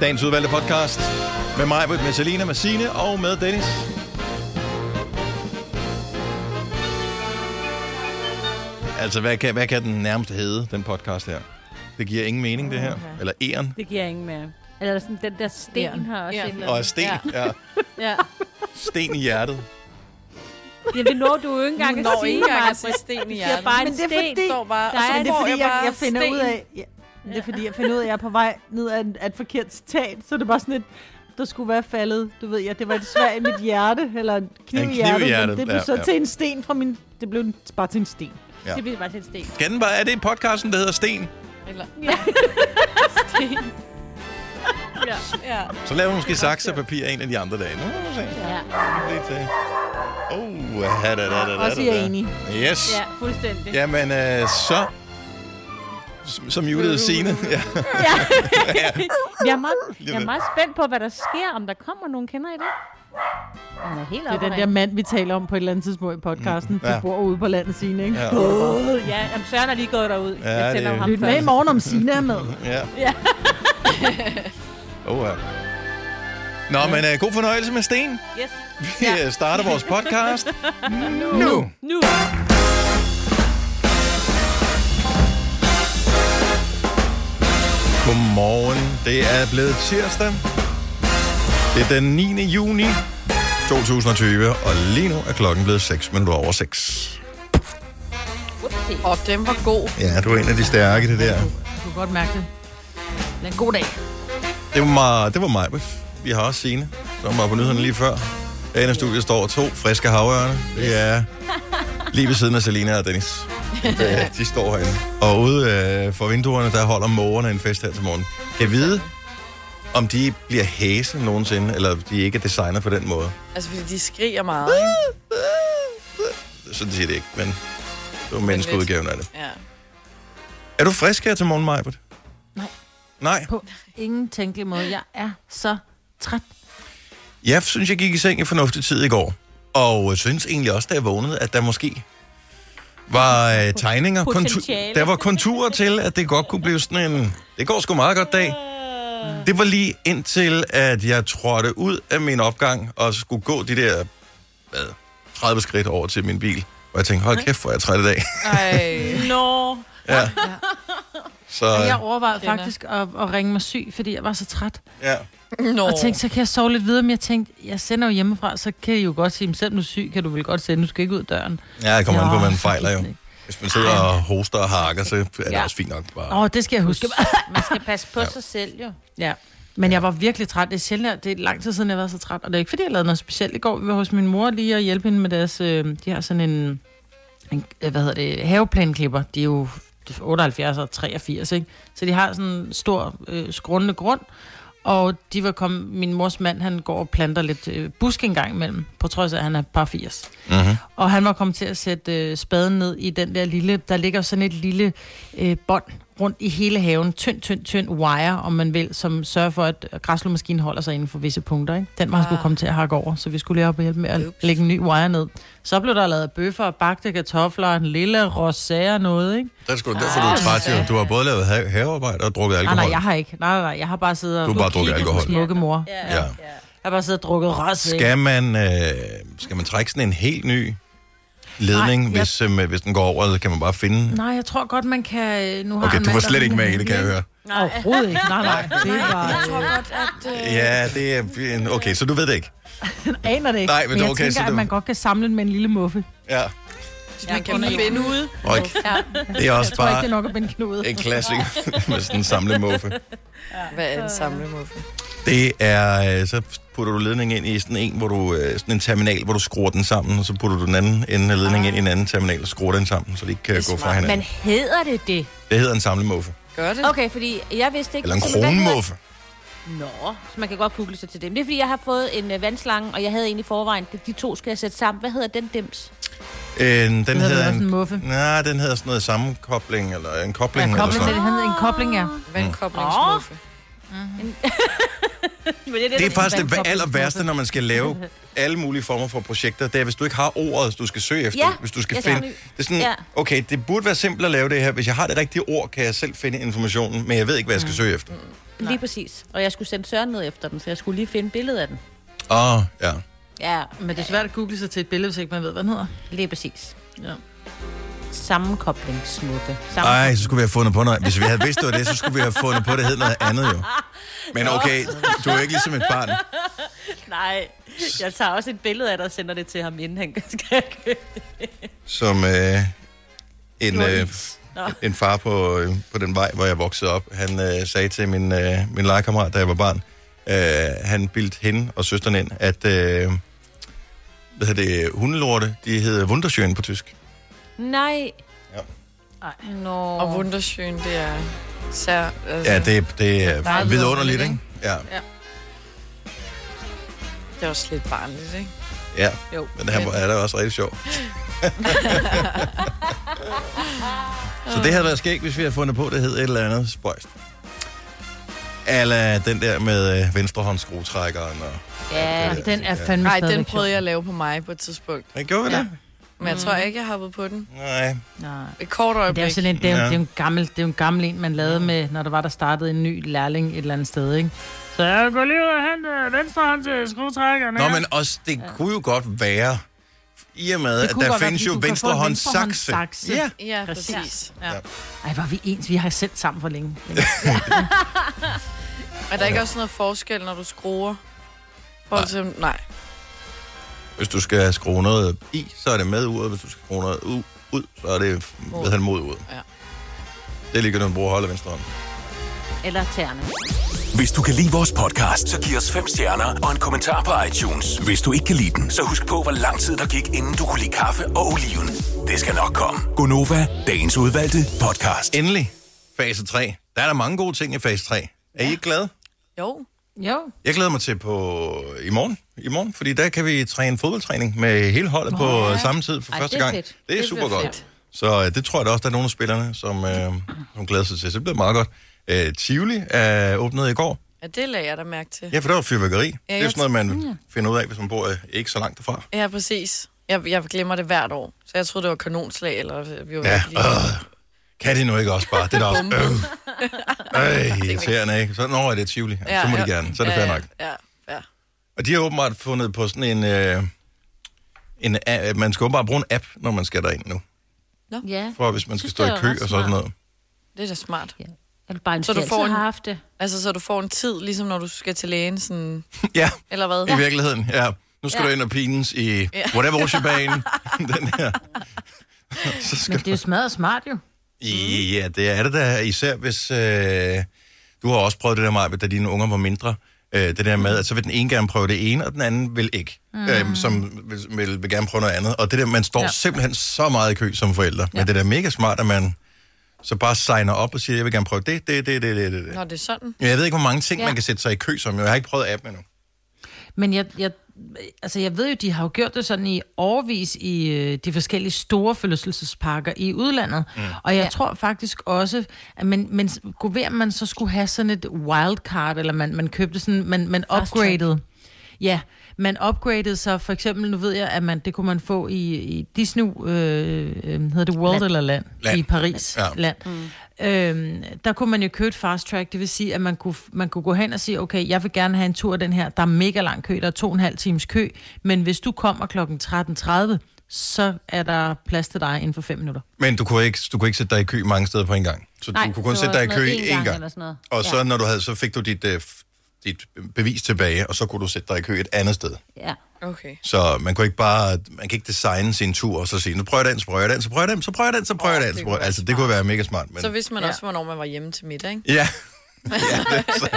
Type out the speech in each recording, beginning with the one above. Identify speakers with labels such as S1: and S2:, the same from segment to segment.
S1: dagens udvalgte podcast. Med mig, med Selina, med Signe og med Dennis. Altså, hvad kan, hvad kan den nærmest hedde, den podcast her? Det giver ingen mening, det her. Eller æren.
S2: Det giver ingen mere. Eller sådan, den der sten
S3: Ja.
S2: har også
S3: Ja.
S2: ja. et eller
S1: Og
S2: andet.
S1: sten, ja. ja.
S2: Ja.
S1: Sten i hjertet.
S2: ja, det når du jo ikke engang
S3: Du
S2: at
S3: når
S2: sige,
S3: ikke engang at
S2: Martin.
S3: sige sten i
S2: Du siger
S3: hjernen.
S2: bare en
S4: Men det er
S2: sten.
S4: fordi-
S3: står bare,
S2: Der
S3: og så
S2: er-
S4: Men det
S2: får
S4: er
S3: får
S4: fordi, jeg,
S3: bare
S4: jeg finder
S3: sten.
S4: ud af, ja, det er fordi, jeg finder ud af, at jeg er på vej ned ad, en- ad et forkert citat, så det er bare sådan et, der skulle være faldet, du ved, ja, det var et svær i mit hjerte, eller en kniv,
S1: En kniv i
S4: i hjertet,
S1: hjertet,
S4: men det blev
S1: ja,
S4: så
S1: ja.
S4: til en sten fra min, det blev en- bare til en sten.
S1: Ja.
S2: Det bliver bare til en sten.
S1: Kan den bare, er det podcasten, der hedder Sten?
S3: Eller,
S2: Ja.
S3: sten.
S2: Ja.
S3: Ja.
S1: Så laver vi måske saks og papir en af de andre dage. Nu må vi se.
S2: ja.
S1: Lige til. Oh, da, da, da, da, da, da.
S4: Også jeg er enig.
S1: Yes.
S2: Ja, fuldstændig.
S1: Jamen, øh, så... Som, som julet Signe. Ja.
S2: Ja. jeg, er meget,
S1: Lige
S2: jeg er
S1: ved.
S2: meget spændt på, hvad der sker, om der kommer nogen kender i det. Han er helt
S4: Det er
S2: oppe
S4: den der mand, vi taler om på et eller andet tidspunkt i podcasten,
S1: Mm,
S4: mm,
S1: ja.
S4: ja. der bor ude på landet Signe, ikke?
S1: Ja.
S4: Ja.
S2: der... Ja, jamen, Søren er lige gået derud.
S1: Ja,
S2: jeg sender
S1: det-
S2: jo ham
S4: Lyt med i
S2: først.
S4: morgen, om Signe er med.
S1: ja.
S2: Ja.
S1: Oh, ja. Nå, men øh, god fornøjelse med Sten.
S2: Yes.
S1: Vi ja. starter vores podcast nu. nu.
S2: Nu.
S1: Godmorgen. Det er blevet tirsdag. Det er den 9. juni 2020, og lige nu er klokken blevet 6 minutter over 6.
S2: Upsi.
S3: Og den var god.
S1: Ja, du er en af de stærke, det der.
S4: Du kan godt mærke det.
S3: Men en god dag.
S1: Det var, mig, det var mig. Vi har også Signe, som var på nyhederne lige før. Derinde i studiet står to friske havørne. Det er lige ved siden af Selina og Dennis. Ja, de står herinde. Og ude øh, for vinduerne, der holder mågerne en fest her til morgen. Kan jeg vide, om de bliver hæse nogensinde, eller om de ikke er designet på den måde?
S3: Altså, fordi de skriger meget, ikke?
S1: Sådan siger det ikke, men det var menneskeudgaven af det.
S3: Ja.
S1: Er du frisk her til morgen, Majbert?
S4: Nej.
S1: Nej?
S4: På ingen tænkelig måde. Jeg er så træt.
S1: Jeg synes, jeg gik i seng i fornuftig tid i går. Og øh, synes egentlig også, da jeg vågnede, at der måske var øh, tegninger.
S2: Potentiale.
S1: Kontu- der var konturer til, at det godt kunne blive sådan en... Det går sgu meget godt dag. Det var lige indtil, at jeg trådte ud af min opgang og skulle gå de der hvad, 30 skridt over til min bil. Og jeg tænkte, hold kæft, hvor er jeg træt i dag.
S3: Ej.
S2: Nå.
S1: ja. Så,
S4: Og jeg
S1: øh,
S4: overvejede
S3: Kender.
S4: faktisk at, at ringe mig syg, fordi jeg var så træt.
S1: ja.
S3: Nå.
S4: Og tænkte, så kan jeg sove lidt videre, men jeg tænkte, jeg sender jo hjemmefra, så kan jeg jo godt sige, "Men selvom du er syg, kan du vel godt sende, du skal ikke ud døren.
S1: ja, jeg kommer an på,
S4: Nå,
S1: hvad man
S4: så
S1: fejler
S4: gik
S1: jo.
S4: den ikke.
S1: Hvis man sidder og hoster og hakker, så er det
S3: Ja.
S1: også fint nok bare.
S4: Åh, oh, det skal jeg huske.
S2: Man skal passe på sig selv, jo.
S4: Ja. Men jeg var virkelig træt. Det er sjældent, at- det er lang tid siden, jeg var så træt. Og det er ikke, fordi jeg lavede noget specielt. I går vi var hos min mor lige og hjælpe hende med deres... Øh, de har sådan en, en øh, hvad hedder det, haveplanklipper. De er jo 78 og 83, ikke? Så de har sådan en stor øh, skrånende grund. Og de var kommet, min mors mand, han går og planter lidt øh, busk en gang imellem, på trods af, at han er par 80.
S1: Mhm.
S4: Og han var kommet til at sætte øh, spaden ned i den der lille, der ligger sådan et lille øh, bånd rundt i hele haven. Tynd, tynd, tynd wire, om man vil, som sørger for, at græslemaskinen holder sig inden for visse punkter. Ikke? Den var han skulle
S3: Ah.
S4: komme til at hakke over, så vi skulle lige op og hjælpe med at
S3: Ups.
S4: lægge en ny wire ned. Så blev der lavet bøffer, bagte kartofler, en lille rosé og noget, ikke?
S1: Det er sgu derfor, du er træt, jo. Du har både lavet ha- havearbejde og drukket
S4: Ah, Nej,
S1: alkohol.
S4: Ah. nej, jeg har ikke. Nej, nej, nej, jeg har bare siddet og...
S1: Du har bare
S4: og
S1: drukket
S4: kigget på
S1: alkohol.
S4: Smukke mor. Jeg
S1: Ja.
S2: ja.
S4: har bare siddet og drukket rosé.
S1: Skal man, øh, skal man trække sådan en helt ny ledning,
S4: Nej, jeg-
S1: hvis, øh, hvis den går over, eller kan man bare finde...
S4: Nej, jeg tror godt, man kan... øh, Nu har
S1: Okay,
S4: han
S1: du var
S4: valgt at
S1: slet ikke
S4: finde
S1: med i
S4: en
S1: det, kan jeg
S4: lille-
S1: høre.
S4: Overhovedet ikke. Nej, nej. Det
S3: Jeg
S4: var...
S3: tror godt, at... Øh,
S1: Ja, det er... en- Okay, så du ved det ikke.
S4: aner det ikke.
S1: Nej, men det er
S4: jeg
S1: okay, så
S4: tænker,
S1: det-
S4: at man godt kan samle den med en lille muffe.
S1: Ja,
S3: hvis man kan finde ud.
S1: og ikke.
S3: Ja.
S1: Det er også
S4: Jeg tror ikke,
S1: bare
S4: det er nok at binde knude.
S1: en klassik med sådan en samlet muffe.
S3: Hvad er en samlemuffe?
S1: Det er... øh, Så putter du ledningen ind i sådan en, hvor du... øh, Sådan en terminal, hvor du skruer den sammen, og så putter du den anden ende af
S4: Ah.
S1: ledningen ind i en anden terminal og skruer den sammen, så de ikke kan
S3: Det er
S1: gå fra
S3: smart.
S2: Men
S1: hinanden.
S2: hedder det det?
S1: Det hedder en samlemuffe.
S3: Gør det?
S2: Okay, fordi jeg vidste ikke...
S1: Eller en
S2: Så hvad hedder-
S1: kronmuffe.
S2: Nå, så man kan godt google sig til det. Men det er, fordi jeg har fået en øh, vandslange, og jeg havde en i forvejen. De- De to skal jeg sætte sammen. Hvad hedder den dims?
S1: Øh, den
S4: hedder vel
S1: hedder
S4: også
S1: en,
S4: en muffe?
S1: Nej, den hedder sådan noget sammenkobling, eller en kobling,
S4: Ja,
S1: ja,
S4: kobling,
S3: Mm.
S1: eller sådan
S4: det
S1: noget.
S4: hedder en kobling, ja.
S3: Vandkoblingsmuffe.
S2: Men det,
S1: Det er
S2: der-
S1: faktisk det aller værste, når man skal lave alle mulige former for projekter. Det er, hvis du ikke har ordet, du skal søge efter.
S2: Ja,
S1: hvis du skal
S2: jeg
S1: finde...
S2: skal-
S1: Det er sådan,
S2: Ja.
S1: okay, det burde være simpelt at lave det her. Hvis jeg har det rigtige ord, kan jeg selv finde informationen, men jeg ved ikke, hvad jeg skal søge efter.
S2: Lige præcis. Og jeg skulle sende Søren ned efter den, så jeg skulle lige finde billedet af den.
S1: Åh, oh, ja.
S2: Ja,
S4: Men det er svært at google sig til et billede, hvis ikke man ved, hvad den hedder.
S2: lige præcis.
S4: Ja.
S2: Sammenkoblingsmåde.
S1: Ej, så skulle vi have fundet på noget. Hvis vi havde vidst, det var det, så skulle vi have fundet på, det hed noget andet jo. Men okay, du er ikke ligesom et barn.
S2: Nej, jeg tager også et billede af dig og sender det til ham, inden han skal købe det.
S1: som øh, en, øh,
S2: Nå.
S1: en far på, øh, på den vej, hvor jeg voksede op. Han øh, sagde til min, øh, min legekammerat, da jeg var barn, øh, han bildte hende og søsteren ind, at øh, hvad hedder det, hundelorte, de hedder Wunderschön på tysk.
S2: Nej.
S1: Ja.
S2: Ej. Nå.
S3: Og Wunderschön, det er sær... Altså,
S1: Ja, det, det er
S4: Bare
S1: vidunderligt,
S4: vidunderligt,
S1: ikke? Ja,
S3: det er også lidt barnligt, ikke?
S1: ja.
S3: Jo.
S1: Men han er da også rigtig sjov. Så det havde været skægt, hvis vi havde fundet på, det hed et eller andet spøjst. Eller den der med øh, venstrehåndsskruetrækkeren og
S2: Ja.
S1: det-
S4: Den er
S1: ja.
S4: fandme
S3: Nej, den
S4: stadigvæk
S3: prøvede jeg at lave på mig på et tidspunkt.
S1: Men gjorde vi
S3: Ja.
S1: det?
S3: Men jeg tror ikke, jeg hoppede på den.
S1: Ja. Nej.
S4: sjov. Nej.
S3: Et
S4: Men
S3: kort
S4: Det er jo
S3: øjeblik.
S4: sådan en, det
S1: Ja.
S4: er, ja. det er jo en gammel, det er jo en gammel en, man lavede med, når der var, der startede en ny lærling et eller andet sted, ikke? Så jeg går lige ud og hente venstre hånd til skruetrækkerne.
S1: Nå, men også, det ja. kunne jo godt være, i og med,
S4: Det
S1: at
S4: kunne
S1: der
S4: godt være,
S1: findes
S4: fordi
S1: jo
S4: du kan få en
S1: venstrehåndssakse.
S4: venstrehåndssakse.
S1: Ja.
S3: Ja,
S4: Præcis.
S3: præcis.
S4: Ja. Ej, var vi ens. Vi har sendt sammen for længe.
S3: Er der ikke også noget forskel, når du skruer? Forhold til, nej.
S1: Hvis du skal skrue noget i, så er det med uret. Hvis du skal skrue noget u- ud, så er det
S3: Mod.
S1: ved han mod uret.
S3: Ja.
S1: Det er ligegyldigt, om du bruger højre eller venstre hånd.
S2: Eller tæerne.
S5: Hvis du kan lide vores podcast, så giv os fem stjerner og en kommentar på iTunes. Hvis du ikke kan lide den, så husk på, hvor lang tid der gik, inden du kunne lide kaffe og oliven. Det skal nok komme. Gonova, dagens udvalgte podcast.
S1: Endelig, fase 3. Der er der mange gode ting i fase 3. Er I ikke glade?
S3: Jo.
S4: Jo.
S1: Jeg glæder mig til på i morgen, i morgen fordi der kan vi træne fodboldtræning med hele holdet på ja. samme tid for
S2: Ej,
S1: første
S2: det er
S1: gang.
S2: fedt.
S1: Det er
S3: Det
S1: super
S3: bliver
S1: godt.
S3: fedt.
S1: Så øh, det tror jeg da også, der er nogle af spillerne, som, øh, som glæder sig til. Så det bliver meget godt. Øh, Tivoli er åbnet i går.
S3: Ja, det lagde jeg da mærke til.
S1: Ja, for der var fyrværkeri. Ja, det er
S3: jeg
S1: sådan noget, man finder ud af, hvis man bor øh, ikke så langt derfra.
S3: Ja, præcis. Jeg, jeg glemmer det hvert år. Så jeg troede, det var kanonslag, eller vi var
S1: Ja,
S3: virkelig-
S1: øh, kan de nu ikke også bare? Det er da også... Øh, øh, irriterende, ikke? Så, nå, er det Tivoli. Ja, så må de gerne. Så er det fair
S3: ja,
S1: nok.
S3: Ja, ja.
S1: Og de har åbenbart fundet på sådan en... Øh, en a- man skal åbenbart bruge en app, når man skal derind nu.
S2: Ja.
S1: For hvis man skal
S2: Synes,
S1: stå
S2: det
S1: i
S2: er
S1: kø
S2: ret
S1: og sådan
S2: smart.
S1: noget.
S3: Det er da smart.
S2: ja. Eller bare en
S3: Så
S2: så
S3: du
S2: du
S3: får en-
S2: har haft det.
S3: Altså, så du får en tid, ligesom når du skal til lægen, sådan,
S1: ja,
S3: eller hvad?
S1: i virkeligheden, ja. Nu skal
S2: Ja.
S1: du ind og pines i whatever ocean den her. Så
S4: Men
S1: skal
S4: det er jo smadret smart, jo.
S1: Ja, det er det da, især hvis... Øh, du har også prøvet det der meget, da dine unger var mindre. Øh, det der med, at så vil den ene gerne prøve det ene, og den anden vil ikke. Mm. Øh, som vil, vil, vil gerne prøve noget andet. Og det der, man står ja.
S4: Ja.
S1: simpelthen så meget i kø som forældre. Ja. Men det er da mega smart, at man så bare signer op og siger, jeg vil gerne prøve det, det, det, det, det, det. det.
S3: Når det er sådan.
S1: Ja, Jeg ved ikke, hvor mange ting, ja.
S2: Ja.
S1: man kan sætte sig i kø som. Jeg har ikke prøvet appen endnu.
S4: Men jeg, jeg, altså jeg ved jo, de har jo gjort det sådan i årvis i øh, de forskellige store forlystelsesparker i udlandet. Mm. Og jeg ja. tror faktisk også, at man, men kunne være, at man så skulle have sådan et wildcard, eller man, man købte sådan, man, man
S2: Fast track.
S4: upgraded. Ja, man upgraded så for eksempel, nu ved jeg, at man, det kunne man få i, i Disney, øh, øh, hedder det World land. eller Land?
S1: Land.
S4: I Paris.
S1: Ja.
S4: Land. Mm. Øhm, der kunne man jo købe et fast track, det vil sige, at man kunne, man kunne gå hen og sige, okay, jeg vil gerne have en tur af den her, der er mega lang kø, der er to og en halv times kø, men hvis du kommer klokken 13.30, så er der plads til dig inden for fem minutter.
S1: Men du kunne, ikke, du kunne ikke sætte dig i kø mange steder på en gang. Så Nej, du kunne kun sætte dig i kø én gang.
S2: Eller sådan noget.
S1: Og så, når du havde, så fik du dit, øh, f- dit bevis tilbage, og så kunne du sætte dig i kø et andet sted.
S2: Ja.
S3: Okay.
S1: Så man kunne ikke bare, man kan ikke designe sin tur, og så sige, nu prøver jeg den, så prøver jeg den, så prøver jeg den, så prøver jeg den, så prøver jeg den. Så prøver jeg. Altså, det kunne være mega smart. Men...
S3: Så vidste man
S4: Ja.
S3: også, hvornår man var hjemme til middag, ikke?
S1: Ja. ja det, er så.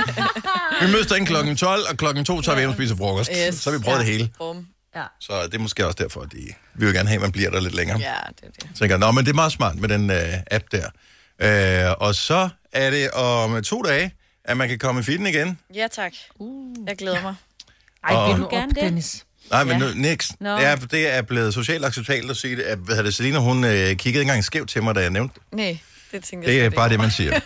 S1: Vi mødes derinde klokken 12, og klokken 2 tager vi hjem og spiser frokost. Yes. Så har vi prøvet ja. det hele.
S3: Bum.
S2: ja.
S1: Så det er måske også derfor, at de, vi vil gerne have, at man bliver der lidt længere.
S3: Ja, det er det.
S1: tænker, nå, men det er meget smart med den øh, app der. Øh, og så er det om to dage, at man kan komme i feeden igen.
S3: Ja, tak. Uh. Jeg glæder mig.
S4: Ej,
S1: Og-
S4: vil du
S2: Gerne
S4: op,
S2: det?
S4: Dennis?
S1: Nej, men
S2: Ja.
S1: nu, niks.
S2: Nå.
S1: Ja, for det er blevet socialt acceptabelt at sige det. At, hvad hedder det, Selina, hun øh, kiggede ikke engang skævt til mig, da jeg nævnte det.
S3: Nej, det tænker jeg
S1: Det er
S3: slet
S1: bare
S3: ikke.
S1: det, man siger.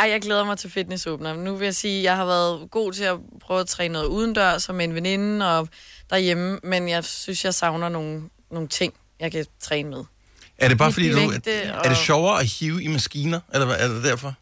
S3: Ej, jeg glæder mig til fitnessåbner. Nu vil jeg sige, at jeg har været god til at prøve at træne noget udendørs og med en veninde og derhjemme, men jeg synes, jeg savner nogle, nogle ting, jeg kan træne med.
S1: Er det bare
S3: Lidt
S1: fordi, du...
S3: vægte
S1: Er
S3: og-
S1: det sjovere at hive i maskiner, eller hvad er det derfor?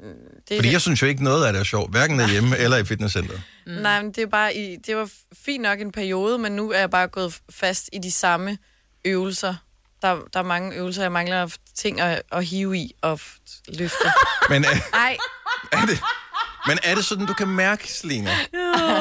S3: Det er
S1: Fordi
S3: det.
S1: jeg synes jo ikke noget af det er sjovt, hverken derhjemme eller i fitnesscenteret.
S3: Mm. Nej, men det, er bare i, det var fint nok en periode, men nu er jeg bare gået fast i de samme øvelser. Der, der er mange øvelser, jeg mangler f- ting at, at hive i og f- løfte.
S1: Men er,
S3: Nej,
S1: er det, men er det sådan, du kan mærke, Selina,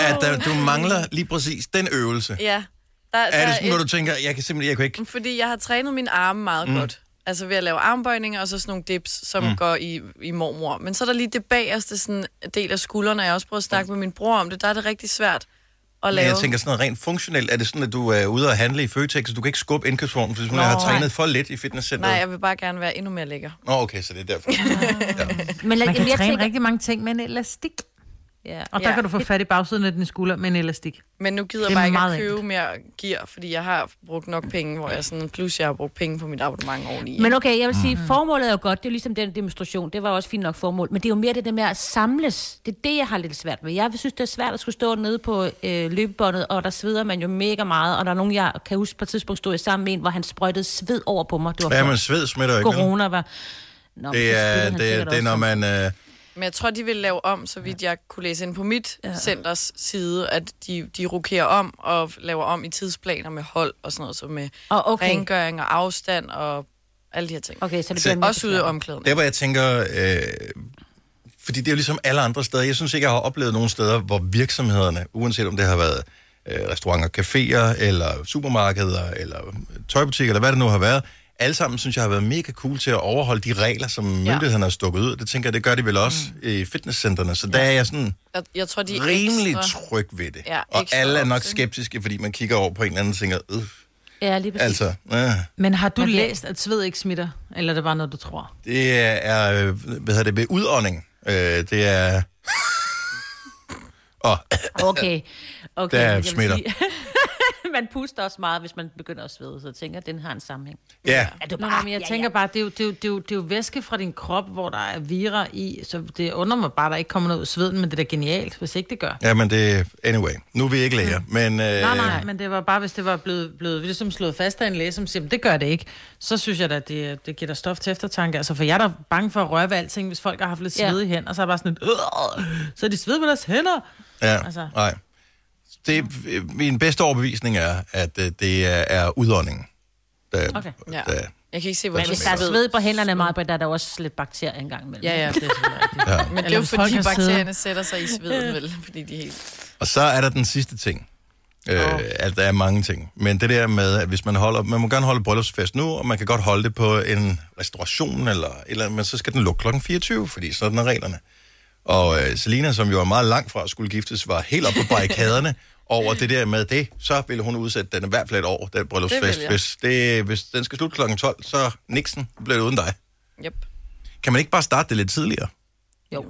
S1: at der, du mangler lige præcis den øvelse?
S3: ja. Der, der
S1: Er det sådan, når du tænker, jeg kan simpelthen jeg kan ikke...
S3: Fordi jeg har trænet mine arme meget mm. godt. Altså ved at lave armbøjninger og så sådan nogle dips, som mm. går i, i mormor. Men så er der lige det bagerste sådan, del af skuldrene, og jeg har også prøvet at snakke med min bror om det. Der er det rigtig svært at
S1: Men
S3: lave.
S1: jeg tænker sådan noget rent funktionelt. Er det sådan, at du er ude at handle i Føtex, og du kan ikke skubbe indkøbsvognen, fordi du har
S3: nej.
S1: trænet for lidt i fitnesscenteret?
S3: Nej, jeg vil bare gerne være endnu mere lækker.
S1: Nå, okay, så det er derfor.
S2: Men
S4: Man kan
S2: jeg
S4: træne
S2: tænker,
S4: rigtig mange ting med en elastik.
S2: Ja.
S4: Og der
S3: Ja.
S4: kan du få fat i bagsiden af din skulder med en elastik.
S3: Men nu gider
S4: Det er
S3: jeg bare
S4: meget
S3: ikke at købe
S4: enkelt.
S3: mere gear, fordi jeg har brugt nok penge, hvor jeg sådan, plus jeg har brugt penge på mit abonnement oveni.
S2: Men okay, jeg vil sige, formålet er jo godt. Det er jo ligesom den demonstration. Det var også fint nok formål. Men det er jo mere det der med at samles. Det er det, jeg har lidt svært med. Jeg synes, det er svært at skulle stå nede på øh, løbebåndet, og der sveder man jo mega meget. Og der er nogen, jeg kan huske på et tidspunkt, stod jeg sammen med en, hvor han sprøjtede sved over på mig. Det var
S1: Ja,
S2: før
S1: men sved smitter jo ikke. vel?
S2: corona var... Nå, men
S1: Det
S2: så spillede
S1: er,
S2: han
S1: det, er-
S2: sikkert
S1: det er,
S2: også
S1: når
S2: om-
S1: man... Øh,
S3: Men jeg tror, de vil lave om, så vidt jeg kunne læse ind på mit ja. centers side, at de, de rokerer om og laver om i tidsplaner med hold og sådan noget, så med
S2: Og okay.
S3: rengøring og afstand og alle de her ting.
S2: Okay, så det
S1: Så-
S2: bliver mere
S3: Også ude i
S2: besværligt.
S3: omklædning.
S1: Der, hvor jeg tænker... Øh, fordi det er jo ligesom alle andre steder. Jeg synes ikke, jeg har oplevet nogen steder, hvor virksomhederne, uanset om det har været øh, restauranter, caféer, eller supermarkeder, eller tøjbutikker, eller hvad det nu har været, alle sammen synes jeg har været mega cool til at overholde de regler, som myndighederne har stukket ud. Det tænker jeg, det gør de vel også mm. i fitnesscentrene. Så der er jeg sådan
S3: Jeg, jeg tror, de er
S1: rimelig
S3: ekstra...
S1: tryg ved det.
S3: Ja,
S1: og
S3: ekstra
S1: alle er nok
S3: opsyn.
S1: skeptiske, fordi man kigger over på en eller anden og tænker, øh,
S2: Ja, lige præcis.
S1: altså, øh,
S4: Men har du
S2: Men det-
S4: læst, at sved ikke smitter? Eller er det bare noget, du tror?
S1: det er, øh, hvad hedder det, ved udånding. Øh, det er... og
S2: Okay. okay
S1: Der
S2: men jeg vil
S1: smitter.
S2: sige- man puster også meget, hvis man begynder at svede, så jeg tænker, at den har en sammenhæng.
S1: Ja,
S2: Er du
S4: Nå, nej, men jeg tænker bare, det er, jo, det, er jo, det, er jo, det er jo væske fra din krop, hvor der er vira i, så det undrer mig bare, at der ikke kommer noget ud af sveden, men det er da genialt, hvis ikke det gør.
S1: ja men det... Anyway, nu er vi ikke læger, men... Øh,
S4: Mm. Nej, nej, men det var bare, hvis det var blevet, blevet ligesom slået fast af en læge, som siger, "Men det gør det ikke, så synes jeg da, det, det giver dig stof til eftertanke. Altså, for jeg er da bange for at røre ved alting, hvis folk har haft lidt
S2: Ja.
S4: sved i hænder, så er jeg bare sådan et, "Øh, så er de sved på deres hænder.
S1: Ja,
S4: altså.
S1: nej. Det, øh, min bedste overbevisning er, at øh, det er, er udåndingen. Der, okay.
S3: Ja.
S1: der,
S3: Jeg kan ikke se, hvor
S2: Hvis der er sved på hænderne meget, men der er der også lidt bakterier engang imellem.
S3: Ja, ja, det er selvfølgelig rigtigt.
S1: Ja.
S3: Ja. Men det er
S4: Eller
S3: jo
S4: hvis folk
S3: fordi
S4: har siddet-
S3: bakterierne sætter sig i sveden, vel? Fordi de er helt...
S1: Og så er der den sidste ting. Øh, at der er mange ting. Men det der med, at hvis man holder... Man må gerne holde bryllupsfest nu, og man kan godt holde det på en restauration, eller, eller men så skal den lukke klokken 24, fordi sådan er reglerne. Og øh, Selina, som jo er meget langt fra at skulle giftes, var helt oppe på barrikaderne over det der med det. Så ville hun udsætte den i hvert fald et år, den
S3: Det
S1: bryllupsfest.
S3: vil jeg.
S1: hvis, det, hvis den skal slutte klokken 12, så Nixon bliver det uden dig.
S3: Yep.
S1: Kan man ikke bare starte det lidt tidligere?
S2: Jo.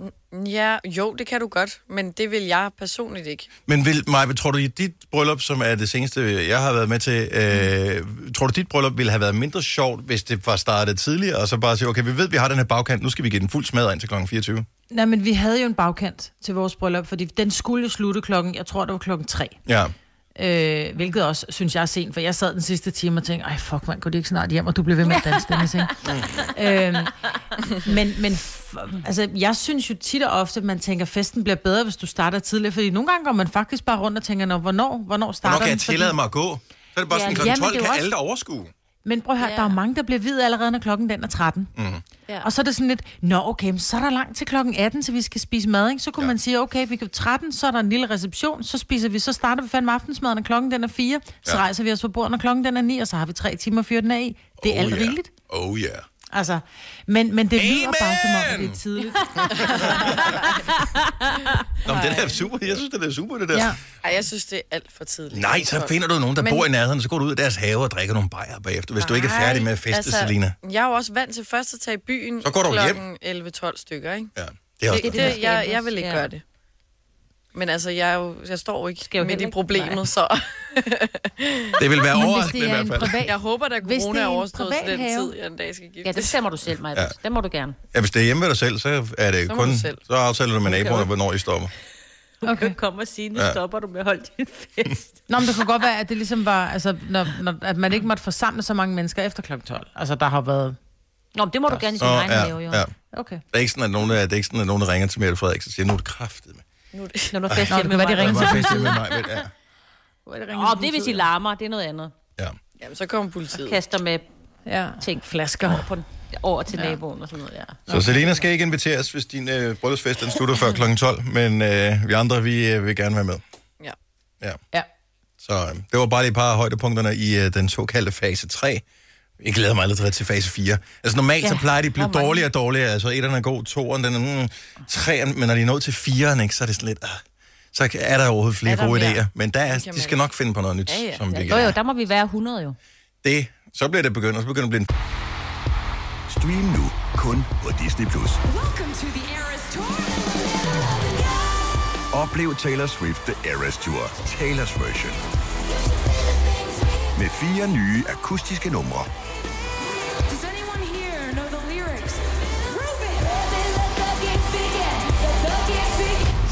S3: Ja, jo, det kan du godt, men det vil jeg personligt ikke.
S1: Men vil, Maja, tror du, at dit bryllup, som er det seneste, jeg har været med til, øh, tror du, dit bryllup ville have været mindre sjovt, hvis det var startet tidligere, og så bare sige, okay, vi ved, vi har den her bagkant, nu skal vi give den fuld smadret ind til klokken 24.
S4: Nej, men vi havde jo en bagkant til vores bryllup, fordi den skulle jo slutte klokken, jeg tror, det var klokken tre.
S1: Ja.
S4: Øh, hvilket også, synes jeg er sent, for jeg sad den sidste time og tænkte, ej fuck man, går det ikke snart hjem, og du bliver ved med at danse, Dennis, ikke?
S1: Mm.
S4: øhm, men men f- altså, jeg synes jo tit og ofte, at man tænker, festen bliver bedre, hvis du starter tidligere, fordi nogle gange går man faktisk bare rundt og tænker, Nå, hvornår, hvornår starter
S1: Hvornår kan jeg
S4: den? Fordi-
S1: tillade mig at gå? Så er det bare sådan,
S2: Ja,
S1: klokken
S4: jamen,
S1: 12
S4: det er
S1: kan
S4: jo også-
S1: alle der overskue.
S4: Men prøv at høre,
S3: Ja.
S4: der er jo mange, der bliver videt allerede, når klokken den er 13. Mm.
S2: Ja.
S4: Og så er det sådan lidt, nå okay, men så er der langt til klokken 18, så vi skal spise mad, ikke? Så kunne ja. man sige, okay, vi kan 13, så er der en lille reception, så spiser vi, så starter vi fandme aftensmaden, når klokken den er 4, så
S1: Ja.
S4: rejser vi os på bordet, når klokken den er 9, og så har vi 3 timer 14 af i. Det er oh, alt
S1: yeah.
S4: rigeligt.
S1: Oh yeah.
S4: Altså, men, men det Amen! lyder bare som om, at det
S1: Amen!
S4: er tidligt.
S1: Nå, men den er super. Jeg synes, det er super, det der. Ja.
S4: Ja. Altså,
S3: Ej, jeg synes, det er alt for tidligt.
S1: Nej, så finder du nogen, der men...
S3: Men-
S1: bor i nærheden, så går du ud i deres have og drikker nogle bajer bagefter, hvis Nej, du ikke er færdig med at feste, altså... Selina.
S3: Jeg er jo også vant til først at tage i byen
S1: Så går du hjem.
S3: klokken 11-12 stykker, ikke?
S1: Ja, det er også
S3: Det,
S1: det.
S3: det,
S2: der skal
S3: jeg,
S2: ændres.
S3: jeg vil ikke
S2: Ja.
S3: gøre det. Men altså, jeg, er jo, jeg står jo ikke
S2: jo
S3: jo midt
S2: heller
S3: i
S2: ikke-
S3: problemet,
S2: nej.
S3: så
S1: Det vil være
S6: Men hvis
S1: overraskende
S6: det
S1: i
S6: er en
S1: hvert fald.
S6: privat...
S3: jeg håber, at
S6: Hvis
S3: corona
S6: det
S3: er
S6: er en
S3: overstået til den
S6: privat have-
S3: tid, jeg en dag skal give
S2: Ja, det stemmer du selv, Maja. Ja. Det må du gerne.
S1: Ja, hvis det er hjemme ved dig selv, så er det
S3: Så må
S1: kun...
S3: du selv.
S1: Så aftaler du med naboerne, hvornår I stopper.
S2: Du okay. kan jo komme og sige, nu
S1: Ja.
S2: ja. stopper du med at holde din fest.
S4: Nå, men det kunne godt være, at det ligesom var, altså, når, når, at man ikke måtte forsamle så mange mennesker efter kl. 12. Altså, der har været...
S2: Nå, men det må du gerne i din
S1: Nå,
S2: egen
S1: ja,
S2: have, jo.
S1: ja.
S4: Okay.
S1: Det er ikke sådan, at nogen, der, det er ikke sådan, at nogen der ringer til Mette Frederiksen og siger, nu er det kraftigt.
S2: Når du er fest
S4: Nå, det
S2: hjemme
S4: kan være, de
S1: Der
S4: ringer
S1: var fest hjemme med mig. men Ja.
S2: Åh, det er, hvis I larmer, det er noget andet.
S1: ja.
S3: Jamen, så kommer politiet.
S2: Kaster med
S4: Ja.
S2: ting, flasker over, på, over til ja. naboen og sådan noget, ja.
S1: Så Selena skal ikke inviteres, hvis din øh, bryllupsfest den slutter før kl. 12, men øh, vi andre, vi øh, vil gerne være med.
S3: Ja.
S1: Ja.
S4: Ja.
S1: Så øh, det var bare lige et par af højdepunkterne i øh, den såkaldte fase 3. Jeg glæder mig allerede til fase 4. Altså normalt ja, så
S2: Ja,
S1: plejer de at blive
S2: hvor mange?
S1: dårligere og dårligere. Altså etteren er god, toeren, den er mm, treeren, men når de er nået til fireren, ikke, så er det sådan lidt... Ah, så er der overhovedet flere
S2: Er der
S1: gode
S2: mere?
S1: idéer, men der er,
S3: kan
S1: de
S3: man-
S1: skal nok finde på noget nyt,
S3: Ja, ja.
S1: som vi
S2: Jo,
S1: kan.
S2: jo, der må vi være 100 jo.
S1: Det, så bliver det begyndt, og så begynder det at blive en
S5: Stream nu kun på Disney+. Plus.
S7: Welcome to the Eras Tour.
S5: Oplev Taylor Swift The Eras Tour, Taylor's version. Med fire nye akustiske numre.
S7: Does anyone here know the lyrics? Prove it! Let the games begin. Let the games begin.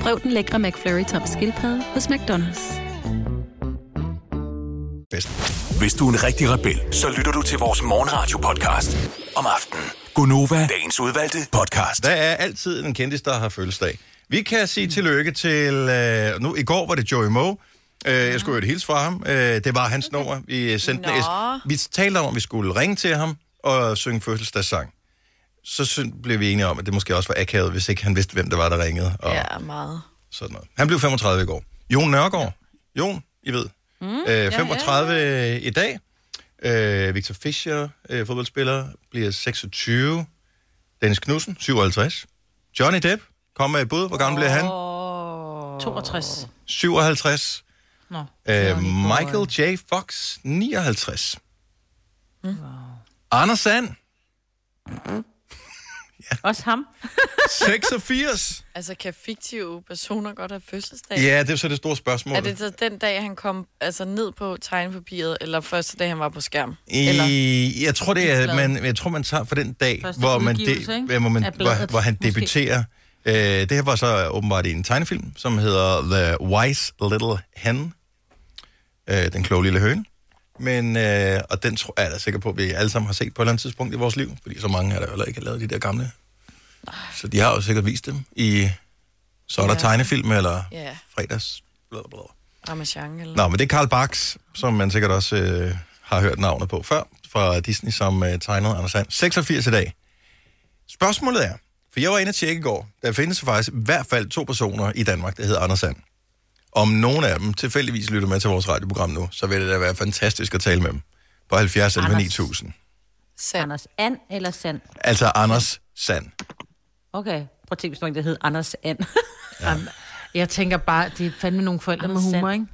S8: Prøv den lækre McFlurry tom skildpadde hos McDonald's.
S1: fest.
S5: Hvis du er en rigtig rebel, så lytter du til vores morgenradio-podcast om aftenen. Gunova, dagens udvalgte podcast.
S1: Der er altid en kendis, der har fødselsdag. Vi kan sige tillykke til... Øh, nu, I går var det Joey Moe. Øh, jeg skulle jo et hils fra ham. Øh, det var hans nummer. Vi, sendte en,
S3: Nå.
S1: vi talte om, at vi skulle ringe til ham og synge fødselsdagssang. Så syn- blev vi enige om, at det måske også var akavet, hvis ikke han vidste, hvem der var, der ringede. Og
S3: Ja, meget.
S1: sådan noget. Han blev 35 i går. Jon Nørgaard. Jon, I ved. Mm, øh, 35 ja, ja. i dag. Øh, Victor Fischer, øh, fodboldspiller, bliver 26. Dennis Knudsen, 57. Johnny Depp, kom med et bud. Hvor gammel bliver han?
S4: 62.
S1: 57.
S4: Nå.
S1: Øh, Michael J. Fox, 59. Wow. Anders Sand,
S2: Også ham.
S1: 86.
S3: Altså, kan fiktive personer godt have fødselsdag?
S1: ja, det er så det store spørgsmål.
S3: Er det så den dag, han kom altså, ned på tegnepapiret, eller første dag, han var på skærm? Eller?
S1: I, jeg tror, det er,
S3: Eller-
S1: man, jeg tror, man tager for den dag,
S4: Første
S1: hvor, man
S4: udgivelse,
S1: de,
S4: ikke?
S1: hvor, man,
S4: Af bladet,
S1: hvor, hvor han
S4: måske.
S1: debuterer. Øh, det her var så åbenbart i en tegnefilm, som hedder The Wise Little Hen. Øh, den kloge lille høne. Men, øh, og den tror, er jeg da sikker på, at vi alle sammen har set på et eller andet tidspunkt i vores liv. Fordi så mange er der jo heller ikke har lavet de der gamle. Så de har jo sikkert vist dem i... Så er der
S3: Ja.
S1: tegnefilm eller
S3: Ja,
S1: fredags... Blablabla.
S3: Ramachan eller...
S1: Nå, men det er Karl Bax, som man sikkert også øh, har hørt navnet på før, fra Disney, som øh, tegnede Anders Sand. 86 i dag. Spørgsmålet er, for jeg var inde og tjekke i går, der findes faktisk i hvert fald to personer i Danmark, der hedder Anders Sand. Om nogen af dem tilfældigvis lytter med til vores radioprogram nu, så vil det da være fantastisk at tale med dem. På 70 11
S2: Anders.
S1: 9000.
S3: Sand.
S2: Anders And eller Sand?
S1: Altså Anders Sand.
S2: Okay, prøv at tænke, hvis nogen, der hed Anders And.
S4: Jeg tænker bare, det er fandme nogle forældre med
S2: Anders Sand.
S4: humor, ikke?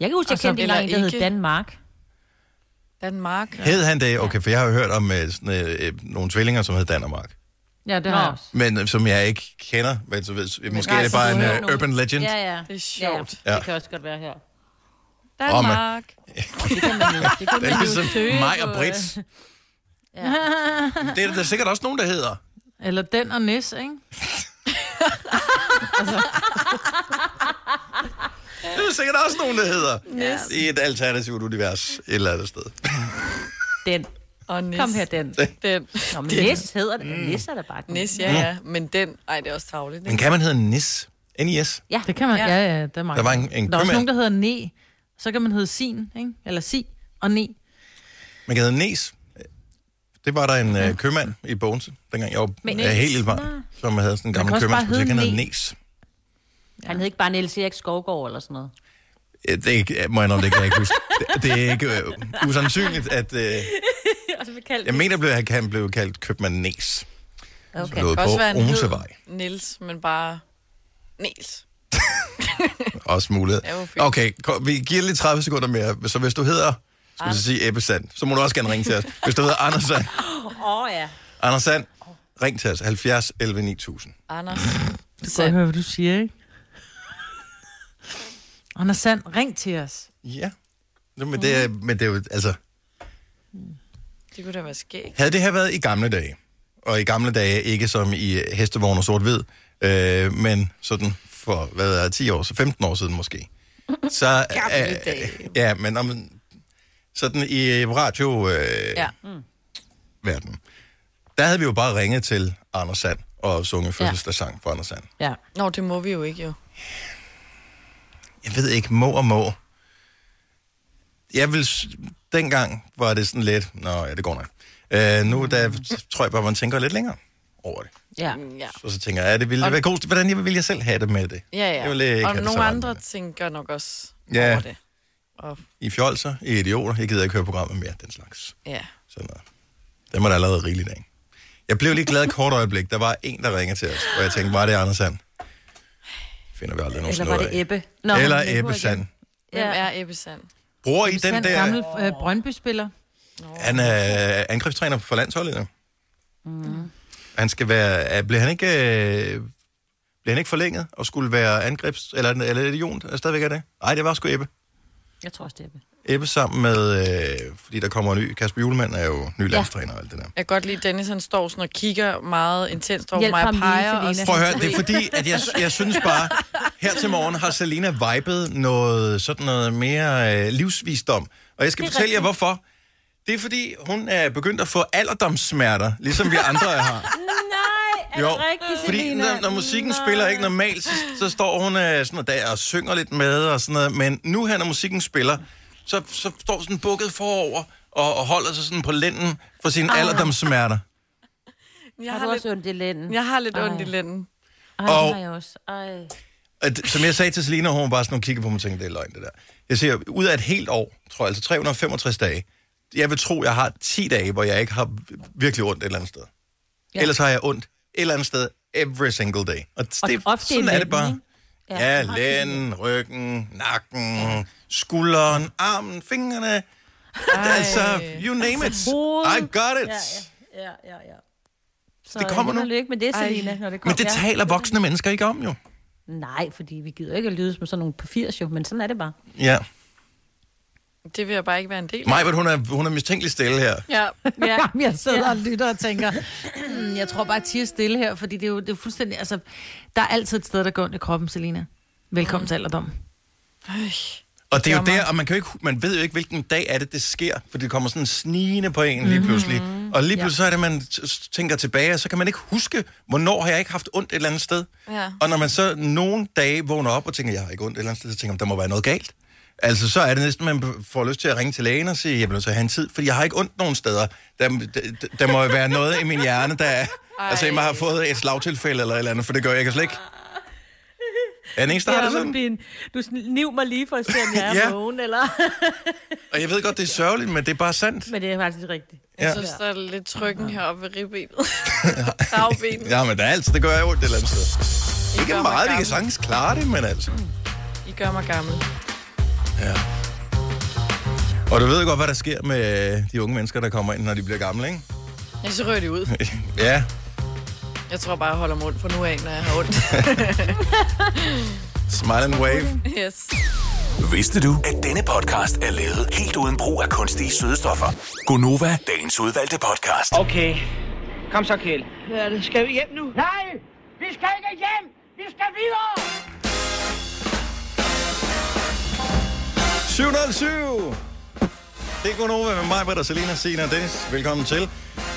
S2: jeg kan huske, jeg
S3: Og så
S2: kendte
S3: eller
S2: engang en, der hed
S3: ikke.
S2: Danmark.
S3: Danmark.
S1: Hed han det? Okay, for jeg har jo hørt om øh, sådan, øh, øh, nogle tvillinger, som hed Danmark.
S4: Ja, det
S2: Nå.
S4: har jeg også.
S1: Men øh, som jeg ikke kender. Men, så, ved, måske
S2: Nej,
S1: er det
S2: så
S1: bare
S2: altså,
S1: en
S2: du hører
S1: øh,
S2: nogen.
S1: urban legend.
S2: Ja, ja.
S3: Det er sjovt.
S2: Ja, ja.
S1: Ja.
S2: Det kan også godt være her.
S3: Danmark.
S2: Det kan man jo, det kan
S1: Det
S2: man
S1: er
S2: jo
S1: ligesom
S2: søge
S1: mig
S4: øh.
S1: og
S2: på,
S1: Brits.
S2: Ja.
S1: Det er der da sikkert også nogen, der hedder.
S4: Eller den og Nis, ikke?
S1: Det er sikkert også nogen, der hedder.
S3: Yes.
S1: I et alternativt univers et eller andet sted.
S2: Den.
S3: Og Nis.
S2: Kom her, den.
S3: Den.
S2: Nå, men
S3: Den.
S2: Nis hedder den. Nis er da bare den.
S3: Nis, ja, ja. Men den, ej, det er også tavligt.
S1: Mm. Men kan man hedde Nis? N-I-S?
S2: Ja,
S4: Det kan man, ja, ja, der er mange.
S1: Der var en, en
S4: der er også
S1: købmand.
S4: nogen, der hedder ne. Så kan man hedde sin, ikke? Eller si og ne.
S1: Man kan hedde Nes. Det var der en øh, købmand i Bogense, dengang jeg var
S2: Men-
S1: øh, helt lille barn, som havde sådan en
S4: kan
S1: gammel
S4: også bare
S1: købmandsbutik. Han E
S4: hedde
S1: hed
S4: Nes.
S1: Nes.
S2: Han hed ikke bare Niels Erik Skovgaard eller sådan noget.
S1: Ja, Det er ikke- må jeg nok, det kan jeg ikke huske. Det, det er ikke øh, usandsynligt, at... Øh,
S2: Og så kaldt
S1: jeg mener, blev, han blev kaldt købmand E Nes.
S2: Okay.
S1: Lå
S3: Det kan også være,
S1: på
S3: han
S1: Osevej.
S3: hed Nils, men bare Nils.
S1: Også mulighed.
S3: Ja, hvor fint.
S1: Okay, kom, vi giver lige 30 sekunder mere. Så hvis du hedder, skal vi så sige Ebbesand, så må du også gerne ringe til os. Hvis du hedder Andersand,
S2: Åh oh, ja.
S1: Andersand, ring til os. 70 11 9000.
S3: Anders.
S4: Du kan godt høre, hvad du siger, ikke? Anders Sand, ring til os.
S1: Ja. Nå, Men det, er- Mm-hmm. men det er jo, altså,
S3: Det kunne da være skægt.
S1: Havde det her været i gamle dage, og i gamle dage ikke som i øh, hestevogn og sort-hvid, øh, men sådan for, hvad er det, 10 år, så 15 år siden måske. Så, gamle
S3: dage.
S1: Ja, men om, sådan i radio øh, ja.
S3: Ja.
S2: Mm.
S1: verden, der havde vi jo bare ringet til Anders Sand og sunget fødselsdagssang for Anders Sand.
S4: Ja.
S3: Nå, det må vi jo ikke, jo.
S1: Jeg ved ikke, må og må. Jeg vil... s- Dengang var det sådan lidt... Nå, ja, det går nok. Øh, nu der, tror jeg bare, man tænker lidt længere over det.
S2: Ja.
S3: Mm, Ja.
S1: Så, så tænker jeg, er det ville det være god, hvordan ville jeg selv have det med det?
S3: Ja,
S1: Jeg
S3: ja.
S1: ville ikke
S3: og
S1: have det
S3: nogle
S1: så
S3: andre
S1: meget.
S3: ting gør nok også
S1: Ja.
S3: ja. over det. Og,
S1: I fjolser, I idioter, jeg gider ikke høre programmet mere, den slags.
S3: ja.
S1: Sådan noget. Den var der allerede rigeligt af. Jeg blev lige glad et kort øjeblik. Der var en, der ringede til os, og jeg tænkte, var det Anders Sand? Finder vi aldrig nogen
S2: Eller var det Ebbe? Nå, han er
S1: Eller
S2: på
S1: Ebbe
S2: igen.
S1: Sand.
S3: Hvem
S2: Ja.
S3: er Ebbe Sand?
S1: Bruger I den
S4: Sand,
S1: der...
S4: gammel øh, Brøndby-spiller.
S1: Han er angrebstræner for landsholdet nu. Mm.
S3: Mm.
S1: Han skal være... er- Blev han ikke... øh, Blev han ikke forlænget og skulle være angrebs... Eller, eller er det Jon, der stadigvæk er det? Nej, det var sgu Ebbe.
S2: Jeg tror også, det er Ebbe.
S1: Ebbe sammen med... Øh, fordi der kommer en ny... Kasper Julemand er jo ny landstræner og alt det der.
S3: Jeg kan godt lide, at Dennis han står sådan og kigger meget intenst over
S2: Hjælp
S3: mig
S2: ham lige,
S3: og peger.
S2: Selina.
S3: og sådan-
S1: Prøv at høre, det er fordi, at jeg, jeg synes bare, her til morgen har Selina vibet noget, sådan noget mere øh, livsvisdom. Og jeg skal fortælle jer, hvorfor. Det er fordi, hun er begyndt at få alderdomssmerter, ligesom vi andre har.
S2: Nej, er det rigtigt,
S1: fordi
S2: Selina?
S1: når, når musikken
S2: Nej.
S1: spiller ikke normalt, så, så står hun øh, sådan og der og synger lidt med og sådan noget. Men nu her, når musikken spiller, så, så står sådan bukket forover og, og holder sig sådan på lænden for sine
S2: Ah.
S1: alderdomssmerter.
S3: Jeg
S2: Har
S3: har,
S2: du
S3: lidt,
S2: også ondt i lænden?
S3: jeg har lidt
S2: Ej.
S3: ondt i lænden.
S2: Ej,
S1: Og-
S2: det har jeg også. Ej.
S1: at, som jeg sagde til Selina, hun var bare sådan, hun kiggede på mig og tænkte, det er løgn, det der. Jeg siger, ud af et helt år, tror jeg, altså 365 dage, jeg vil tro, jeg har 10 dage, hvor jeg ikke har virkelig ondt et eller andet sted. Ja. Ellers har jeg ondt et eller andet sted every single day. Og,
S2: Og
S1: det,
S2: ofte i
S1: sådan er det
S2: lænden,
S1: bare.
S2: ikke?
S1: Ja, ja lænden, ryggen, nakken, skulderen, armen, fingrene. Altså, you name it.
S2: Altså, hovedet.
S1: I got it.
S2: Ja, ja, ja. Så
S1: Det kommer
S2: held og
S1: nu.
S2: Lykke med det, Selina, når det kommer.
S1: Men det
S2: Ja.
S1: taler voksne mennesker ikke om, jo.
S2: Nej, fordi vi gider ikke at lyde som sådan nogle på 80 jo, men sådan er det bare.
S1: Ja.
S3: Det vil jeg bare ikke være en del af.
S1: Majbert, hun er, hun er mistænkelig stille her.
S3: Ja.
S2: Ja.
S4: Jamen, jeg sidder og lytter og tænker, "Mm, jeg tror bare, at tiger stille her, fordi det er jo det er fuldstændig, altså, der er altid et sted, der går ondt i kroppen, Selina.
S3: Mm.
S4: Velkommen til alderdom.
S1: Og det er jo der, og man, kan jo ikke, man ved jo ikke, hvilken dag er det, det sker, for det kommer sådan snigende på en lige pludselig. Og lige pludselig så er det, man t- s- tænker tilbage, og så kan man ikke huske, hvornår har jeg ikke haft ondt et eller andet sted.
S3: Ja.
S1: Og når man så nogle dage vågner op og tænker, jeg har ikke ondt et eller andet sted, så tænker man, der må være noget galt. Altså, så er det næsten, man får lyst til at ringe til lægen og sige, jeg bliver nødt til at have en tid, fordi jeg har ikke ondt nogen steder. Der, der, der må jo være noget i min hjerne, der er... Altså, jeg må have fået et slagtilfælde eller et eller andet, for det gør jeg, jeg kan slet ikke. Er den eneste, der har det sådan?
S2: Din, du niv mig lige for at se, om jeg
S1: er Ja.
S2: er vågen, eller...
S1: Og jeg ved godt, det er sørgeligt, men det er bare sandt.
S2: men det er faktisk rigtigt.
S3: Jeg synes, der er lidt trykken heroppe ved ribbenet. Kravbenet.
S1: Ja, men der er altid, det gør jeg jo et eller andet sted.
S3: I
S1: Ikke
S3: gør mig
S1: meget, vi kan
S3: gammel.
S1: sagtens klare det, men altså.
S3: I gør mig gammel.
S1: Og du ved godt, hvad der sker med øh, de unge mennesker, der kommer ind, når de bliver gamle, ikke?
S3: Jeg så rører det ud.
S1: Ja,
S3: Jeg tror bare, jeg holder mund for nu af, når jeg har ondt.
S1: smile and wave.
S3: Yes.
S5: Vidste du, at denne podcast er lavet helt uden brug af kunstige sødestoffer? Gonova, dagens udvalgte podcast.
S6: Okay. Kom så, Kjeld. Hvad er det? Skal vi hjem nu? Nej! Vi skal ikke hjem! Vi skal videre!
S1: 707! Det er Gunova med mig, Britta, Selina, Sina og Dennis. Velkommen til.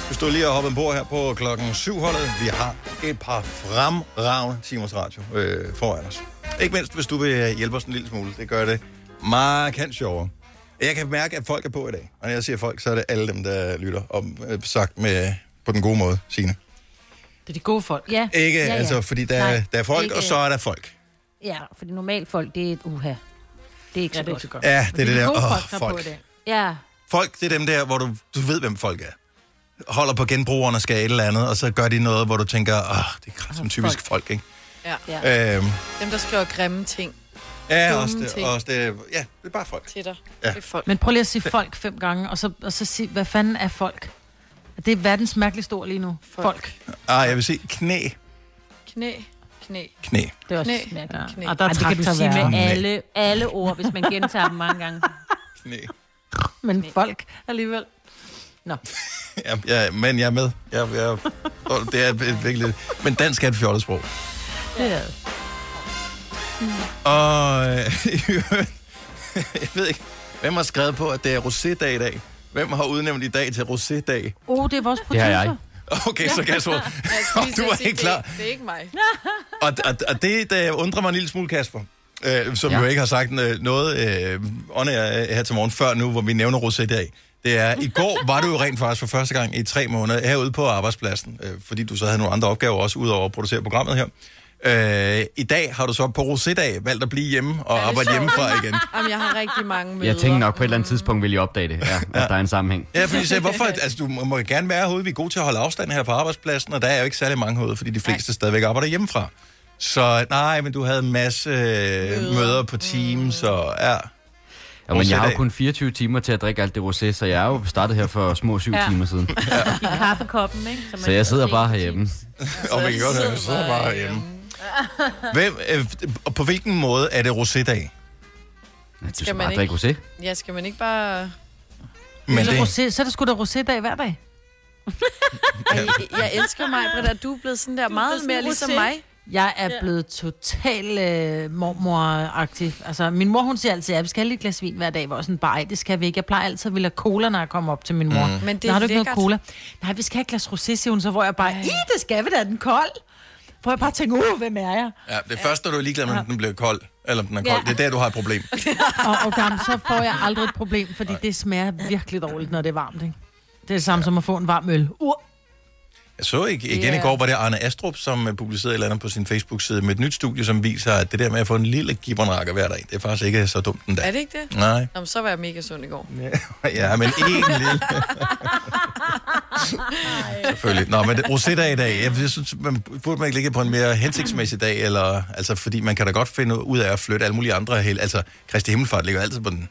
S1: Vi står lige og hoppet på her på klokken 7 holdet. Vi har et par fremragende timers radio øh, foran os. Ikke mindst, hvis du vil hjælpe os en lille smule. Det gør det markant sjovere. Jeg kan mærke, at folk er på i dag. Og når jeg siger folk, så er det alle dem, der lytter. Og øh, sagt med, på den gode måde, Signe.
S4: Det er de gode folk.
S2: Ja.
S1: Ikke,
S2: ja, ja.
S1: altså, fordi der,
S2: Nej,
S1: Nej, der er folk,
S2: ikke-
S1: og så er der folk.
S2: Ja, for de normale folk, det er et uha. Det er ikke så godt.
S1: godt. Ja, det er det der, åh, folk.
S2: Ja,
S1: Folk, det er dem der, hvor du, du ved, hvem folk er. Holder på genbrugerne og skal et eller andet, og så gør de noget, hvor du tænker, åh, det er kraftigt som typisk folk, ikke?
S3: Ja.
S1: Ja. Øhm,
S3: Dem, der skriver grimme ting.
S1: ja,
S3: Dumme
S1: også det,
S3: ting.
S1: også det, ja, det er bare folk.
S3: Til dig.
S1: Ja.
S3: Det er folk.
S4: Men prøv lige at sige folk fem gange, og så, og så sig, hvad fanden er folk? Det er verdens mærkeligste ord lige nu. Folk. folk.
S1: Ah, jeg vil sige knæ.
S3: Knæ, knæ.
S1: Knæ.
S2: det er også
S3: Knæ.
S2: mærkeligt.
S3: Knæ.
S2: Knæ.
S4: Og der er
S2: det kan du
S4: traktorværker.
S2: sige med
S4: Knæ.
S2: alle, alle ord, hvis man gentager dem mange gange.
S1: Knæ.
S4: Men folk alligevel. Nå.
S1: Ja, ja, men jeg er med. Jeg, jeg, og det er et virkelig... Men dansk er et fjollet sprog.
S4: Det er Mm. det.
S1: Og øh, i øvrigt, jeg ved ikke, hvem har skrevet på, at det er rosé-dag i dag? Hvem har udnævnt i dag til rosé-dag?
S4: Oh, det er vores
S1: Det
S4: producer.
S1: har jeg. Okay, så kan jeg svare.
S3: skulle
S1: Du var
S3: lige til at sige,
S1: ikke klar.
S3: Det, det er ikke mig.
S1: Og, og, og det der undrer mig en lille smule, Kasper, øh, som ja. jo ikke har sagt øh, noget øh, on air, øh, her til morgen før nu, hvor vi nævner rosé i dag. Det er, i går var du jo rent faktisk for første gang i tre måneder herude på arbejdspladsen, øh, fordi du så havde nogle andre opgaver også, udover at producere programmet her. Øh, I dag har du så på rosé-dag valgt at blive hjemme og arbejde hjemmefra igen.
S3: Jamen, jeg har rigtig mange møder.
S9: Jeg tænkte nok, på et eller andet tidspunkt ville I opdage det, ja, at der er en sammenhæng.
S1: Ja, fordi jeg sagde, hvorfor? Altså, du må gerne være herude. Vi er gode til at holde afstand her på arbejdspladsen, og der er jo ikke særlig mange herude, fordi de fleste nej. stadigvæk arbejder hjemmefra. Så nej, men du havde en masse møder, møder på Teams, og ja.
S9: Ja, men jeg har jo
S1: Rosé-dag.
S9: kun 24 timer til at drikke alt det rosé, så jeg er jo startet her for små syv
S2: Ja.
S9: timer siden.
S2: I kaffekoppen, ikke? man
S9: Så jeg
S2: kan
S9: sidder
S2: se
S9: bare
S2: det.
S9: herhjemme.
S1: Og man kan godt høre, at jeg sidder bare herhjemme. Hvem, øh, og på hvilken måde er det rosé-dag?
S9: Du skal bare drikke rosé.
S3: Ja, skal man ikke bare...
S1: Men
S4: Men så,
S1: det-
S4: det... Rosé, så er der sgu da rosé-dag hver dag.
S3: Ej, jeg elsker mig, Britta. at Du er blevet sådan der meget mere ligesom mig.
S4: Jeg er blevet total øh, mormor-agtig. Altså, min mor, hun siger altid, at vi skal have lidt glas vin hver dag, hvor jeg er sådan bare, "Ej, det skal vi ikke. Jeg plejer altid at ville have cola, når jeg kommer op til min mor.
S3: Mm. Men det
S4: "Nå, har
S3: er
S4: du ikke noget
S3: lækkert."
S4: cola? Nej, vi skal have et glas rosé, siger hun så, hvor jeg bare, i, det skal vi da, er den kold. Hvor jeg bare tænker, uh, hvem er jeg?
S1: Ja, det er først, når du er ligeglad med, om den bliver kold, eller om den er kold.
S4: Ja.
S1: Det er der, du har et problem.
S4: og, og gammel, så får jeg aldrig et problem, fordi det smager virkelig dårligt, når det er varmt, ikke? Det er det samme ja. som at få en varm øl. Uh,
S1: Jeg så ikke, igen yeah. i
S4: Ja.
S1: går, var det Arne Astrup, som øh, publicerede et eller andet på sin Facebook-side med et nyt studie, som viser, at det der med at få en lille gibbernakker hver dag, det er faktisk ikke så dumt den dag.
S3: Er det ikke det?
S1: Nej.
S3: Nå, men så var jeg mega sund i går.
S1: Ja, men en lille... Selvfølgelig. Nå, men det- rosé-dag i dag, jeg, jeg synes, man burde man ikke ligge på en mere hensigtsmæssig dag, eller, altså, fordi man kan da godt finde ud af at flytte alle mulige andre hel. Altså, Kristi Himmelfart ligger altid på den.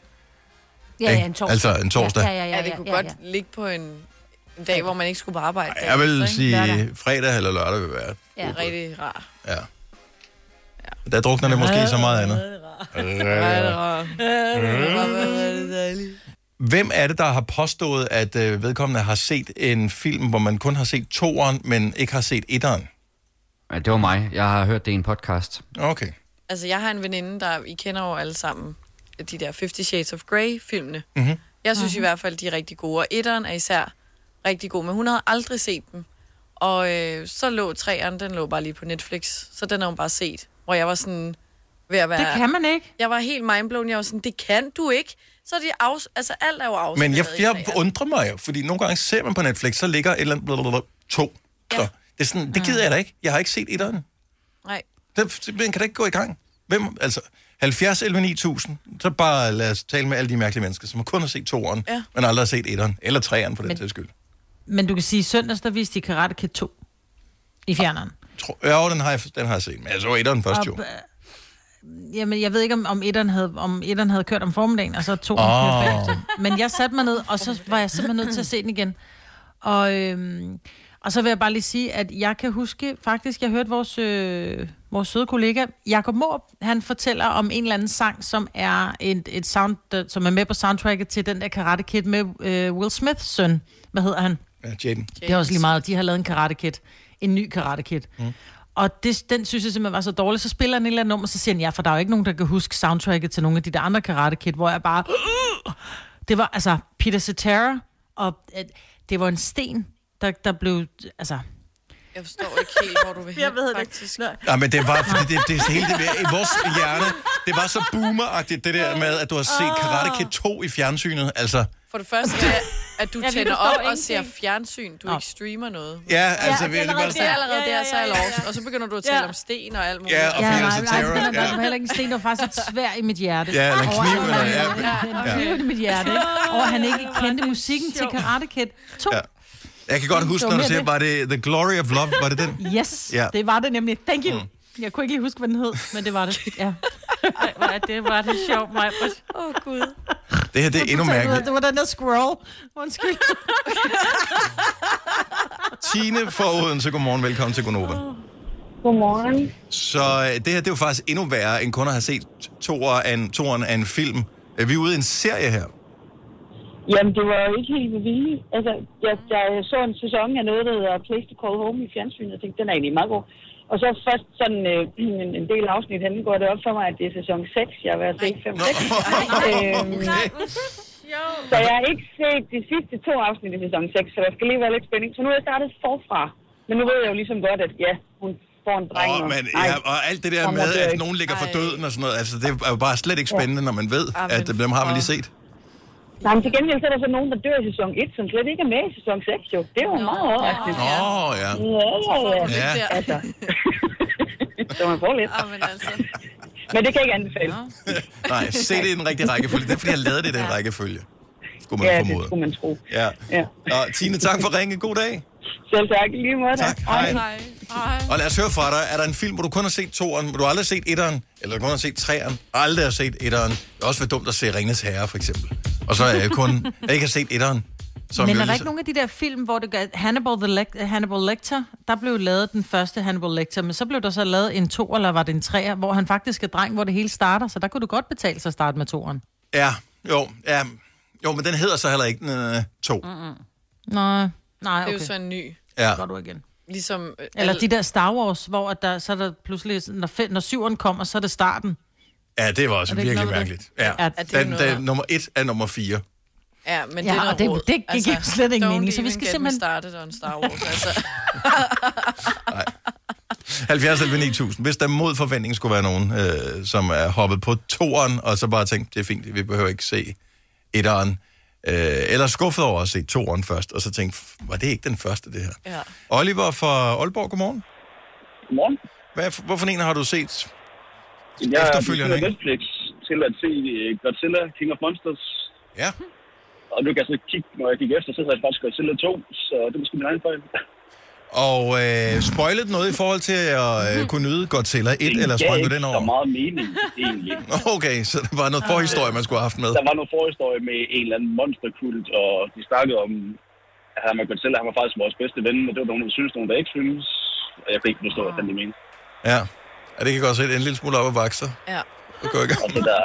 S2: Ja, ja,
S1: Ikke?
S2: en torsdag.
S1: Altså, en torsdag.
S2: Ja, ja, ja, ja,
S3: det
S2: ja,
S3: kunne
S2: ja,
S3: godt ligge på en en dag, hvor man ikke skulle på arbejde.
S1: Jeg vil
S3: Ikke?
S1: sige,
S3: Lørdag.
S1: fredag eller lørdag vil være.
S3: Ja, rigtig rar.
S1: Ja. Der drukner det måske i så meget andet.
S3: Rigtig rar.
S1: Hvem er det, der har påstået, at øh, vedkommende har set en film, hvor man kun har set toeren, men ikke har set etteren?
S9: Ja, det var mig. Jeg har hørt det i en podcast.
S1: Okay.
S3: Altså, jeg har en veninde, der... I kender jo alle sammen de der Fifty Shades of Grey-filmene.
S9: Mhm.
S3: Jeg synes i hvert fald, de er rigtig gode, og etteren er især rigtig god, men hun havde aldrig set dem. Og øh, så lå træeren, den lå bare lige på Netflix, så den har hun bare set, hvor jeg var sådan ved at være...
S4: Det kan man ikke.
S3: Jeg var helt mindblown, jeg var sådan, det kan du ikke. Så er de afs... Altså, alt er jo afs...
S1: Men jeg, jeg undrer mig jo, fordi nogle gange ser man på Netflix, så ligger et eller andet blablabla, to. Ja. Så det, er sådan, det gider jeg da ikke. Jeg har ikke set etteren.
S3: Nej.
S1: Det, simpelthen kan da ikke gå i gang. Hvem, altså, 70 11 9000, så bare lad os tale med alle de mærkelige mennesker, som kun har set toeren,
S4: Ja.
S1: men aldrig har set etteren, eller treeren for den sags skyld.
S4: Men du kan sige, i søndags, der viste de Karate Kid 2 i fjerneren.
S1: Tro, jo, den har, jeg, den har jeg set, men jeg så etteren først
S4: Og,
S1: jo.
S4: øh, Jamen, jeg ved ikke, om, om, etteren havde, om etteren havde kørt om formiddagen, og så to
S1: Åh.
S4: oh. Men jeg satte mig ned, og så var jeg simpelthen nødt til at se den igen. Og, øhm, og så vil jeg bare lige sige, at jeg kan huske, faktisk, jeg hørte vores, øh, vores søde kollega, Jakob Måb, han fortæller om en eller anden sang, som er, et, et sound, øh, som er med på soundtracket til den der Karate Kid med øh, Will Smiths søn. Hvad hedder han?
S1: Ja, Jaden.
S4: Det er også lige meget. De har lavet en Karate Kid. En ny Karate Kid. Mm. Og det, den synes jeg simpelthen var så dårlig. Så spiller han et eller andet nummer, så siger han, ja, for der er jo ikke nogen, der kan huske soundtracket til nogle af de der andre Karate Kid, hvor jeg bare... Det var altså Peter Cetera, og øh, det var en sten, der, der blev... Altså,
S3: Jeg forstår ikke helt, hvor du vil hen, Jeg ved faktisk. det
S1: Nej, men det var, fordi det, det, det hele det, der- i vores hjerne, det var så boomeragtigt, det der med, at du har set Karate Kid 2 i fjernsynet. Altså,
S3: For det første er, at du
S2: Ja,
S3: ja,
S2: vi
S3: tænder
S2: forstår
S3: op og
S2: ingenting.
S3: ser fjernsyn. Du ikke streamer noget.
S1: Ja, altså, vi er
S3: det,
S1: lige bare
S3: det er
S1: sådan-
S3: allerede
S2: Ja, ja,
S3: der, så er
S2: ja,
S3: jeg
S2: ja,
S3: lost. Og så begynder du at tale
S4: Ja.
S3: om sten og alt muligt.
S1: Ja, og Ja, Peter nej, nej, Cetera,
S4: Nej,
S1: ja.
S4: det var heller ikke en sten, det var faktisk et svær i mit hjerte.
S1: Ja, eller en
S4: Over,
S1: kniv,
S4: at-
S1: eller- ja,
S4: ja,
S1: ja.
S4: ja. kniv i mit hjerte. ikke? Og at han ikke kendte musikken til Karate Kid 2.
S1: Ja. jeg kan godt huske, når du
S4: mere
S1: siger,
S4: det.
S1: var det The Glory of Love, var det den?
S4: Yes,
S1: Ja.
S4: ja. det var det nemlig. Thank you. Mm. Jeg kunne ikke lige huske, hvad den hed, men det var det. Ja.
S2: Ej, hvor er det, var det sjovt, mig. Åh, oh, Gud.
S1: Det her, det er endnu mærkeligt.
S4: Det var den der squirrel. Undskyld.
S1: Tine fra Odense, godmorgen, velkommen til Gonova.
S10: Godmorgen.
S1: Så øh, det her, det er jo faktisk endnu værre, end kun at have set toeren af en, toeren af en film. Øh, Vi er ude i en serie her.
S10: Jamen, det var jo ikke helt med vilje. Altså, jeg, jeg så en sæson af noget, der hedder Place to Call Home i fjernsynet, og tænkte, den er egentlig meget god. Og så først sådan øh, en, en del afsnit henne går det op for mig, at det er sæson 6, jeg har været set 5 6. øhm, så jeg har ikke set de sidste to afsnit i sæson 6, så der skal lige være lidt spænding. Så nu er jeg startet forfra. Men nu ved jeg jo ligesom godt, at ja, hun får en dreng.
S1: Og,
S10: og-
S1: man,
S10: Ej,
S1: ja, og alt det der
S10: kommer
S1: med,
S10: der
S1: at
S10: ikke.
S1: nogen ligger for døden og sådan noget, altså det er jo bare slet ikke spændende, når man ved,
S10: Amen.
S1: at dem har man lige set.
S10: Nej, men til gengæld så er der så nogen, der dør i sæson 1, som slet ikke er med i sæson 6, jo. Det er jo meget overraskende.
S1: Åh, oh, ja.
S10: Ja, ja, ja.
S1: Ja.
S10: ja. Altså. så man får lidt. Men det kan jeg ikke anbefale.
S1: Nej, se det i den rigtige rækkefølge. Det er, fordi jeg lavede det i den rækkefølge. Skulle man
S10: Ja, det
S1: formode.
S10: skulle man tro.
S1: Ja.
S10: Ja.
S1: Og Tine, tak for ringen. God dag.
S10: Selv tak. I Lige måde. Tak.
S1: Hej. Og lad os høre fra dig. Er der en film, hvor du kun har set toeren, hvor du aldrig har set etteren, eller kun har set treeren, og aldrig har set etteren? Det er også for dumt at se Ringens Herre, for eksempel. Og så er jeg kun, jeg ikke har set etteren. Som
S4: Men
S1: jo ligesom-
S4: er der
S1: lige-
S4: ikke nogen af de der film, hvor det gør... Hannibal, the Lec- Hannibal Lecter, der blev lavet den første Hannibal Lecter, men så blev der så lavet en to, eller var det en treer, hvor han faktisk er dreng, hvor det hele starter, så der kunne du godt betale sig at starte med toeren.
S1: Ja, jo, ja. Jo, men den hedder så heller ikke øh, to. Mm-hmm.
S4: Nej, nej,
S3: Det
S4: okay.
S3: er jo så en ny.
S1: Ja.
S4: Går du igen.
S3: Ligesom... øh,
S4: Eller
S3: al-
S4: de der Star Wars, hvor at der, så er der pludselig, når, fem, når syveren kommer, så er det starten.
S1: Ja, det var også
S4: Er det ikke
S1: virkelig
S4: noget med
S1: mærkeligt.
S4: det?
S1: Ja.
S4: Ja,
S1: ja
S4: det er
S1: den,
S4: noget,
S1: den, nummer et er nummer fire.
S3: Ja, men det
S4: Ja,
S3: er noget
S4: og det-
S3: råd.
S4: det giver jo slet ingen mening, så vi skal simpelthen-
S3: Don't even get me started on Star Wars, altså.
S1: 70 11 9000. Hvis der mod forventning skulle være nogen, øh, som er hoppet på toeren, og så bare tænkt, det er fint, vi behøver ikke se etteren. Øh, eller skuffet over at se toeren først, og så tænkt, "F- var det ikke den første, det her?
S11: Ja.
S1: Oliver fra Aalborg, godmorgen.
S11: Godmorgen.
S1: Hvad, hvorfor en har du set
S11: Jeg er
S1: efterfølgende?
S11: på
S1: ikke?
S11: Netflix til at se øh, Godzilla, King of Monsters.
S1: Ja.
S11: Og nu kan jeg så kigge, når jeg gik efter, så hedder jeg faktisk Godzilla 2, så det er måske min egen fejl.
S1: Og øh, spoilede noget i forhold til at øh, kunne nyde Godzilla 1, eller
S11: Mhm. gav
S1: sprang du
S11: ikke
S1: den over?
S11: så meget mening, egentlig.
S1: Okay, så der var noget forhistorie, man skulle have haft med.
S11: Der var noget forhistorie med en eller anden monsterkult, og de snakkede om, at han var Godzilla, han var faktisk vores bedste ven, og det var der nogen, der synes, nogen, der ikke synes. Og jeg kan ikke forstå, hvad fanden de mente.
S1: Ja. ja, det kan godt se, det er en lille smule op ad vakser.
S3: Ja.
S1: Det går ikke.
S11: Og så Altså, der,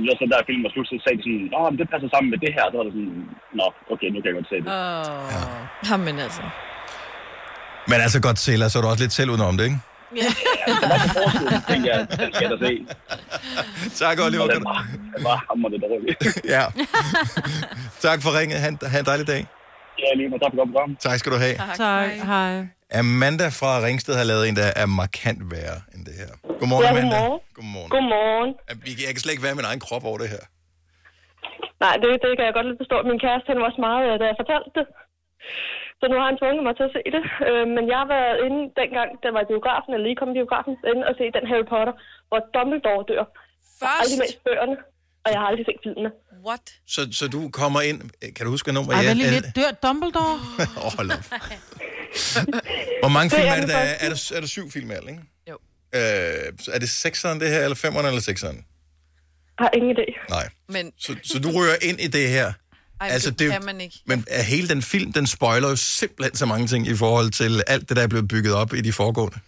S11: det var så der filmen var slut, så sagde de sådan, Nå, men det passer sammen med det her. Så var det sådan, nå, okay, nu kan jeg godt se det.
S3: Åh. Jamen altså.
S1: Men altså Godzilla, så er du også lidt selv udenom det, ikke?
S11: tænkte jeg, den skal jeg da se.
S1: Tak, Oliver.
S11: Den var, den var hammerende dårlig.
S1: Ja. tak for ringet. Han, have en dejlig dag.
S11: Ja, lige med. Tak for godt program.
S1: Tak skal du have.
S4: Tak, Ah, hej.
S1: Amanda fra Ringsted har lavet en, der er markant værre end det her. Godmorgen,
S12: Ja,
S1: Amanda.
S12: godmorgen.
S1: Godmorgen.
S12: Godmorgen.
S1: Jamen, vi kan- Jeg kan slet ikke være i min egen krop over det her.
S12: Nej, det, det kan jeg godt lidt forstå. Min kæreste, han var også meget, øh, da jeg fortalte det. Så nu har han tvunget mig til at se det. Øh, men jeg var inde dengang, der var i biografen, eller lige kom i biografen, inde og se den Harry Potter, hvor Dumbledore dør. Først? Aldrig læst bøgerne, og jeg har aldrig set filmene.
S3: What?
S1: Så, så du kommer ind... Kan du huske, hvad nummer
S4: Ej,
S1: jeg
S4: vent lige lidt. Dør Dumbledore?
S1: Åh, hold op. Hvor mange
S4: Det
S1: film
S4: er
S1: er det,
S4: den
S1: der er?
S4: første.
S1: Er der, er der syv film i alt, ikke? Jo. Øh, så er det sekseren det her, eller femeren, eller sekseren?
S12: Jeg har ingen idé.
S1: Nej.
S3: Men,
S1: Så, så du rører ind i det her.
S3: ej,
S1: Altså,
S3: altså,
S1: det er
S3: det
S1: jo-
S3: kan man ikke.
S1: Men er hele den film, den spoiler jo simpelthen så mange ting i forhold til alt det, der er blevet bygget op i de foregående.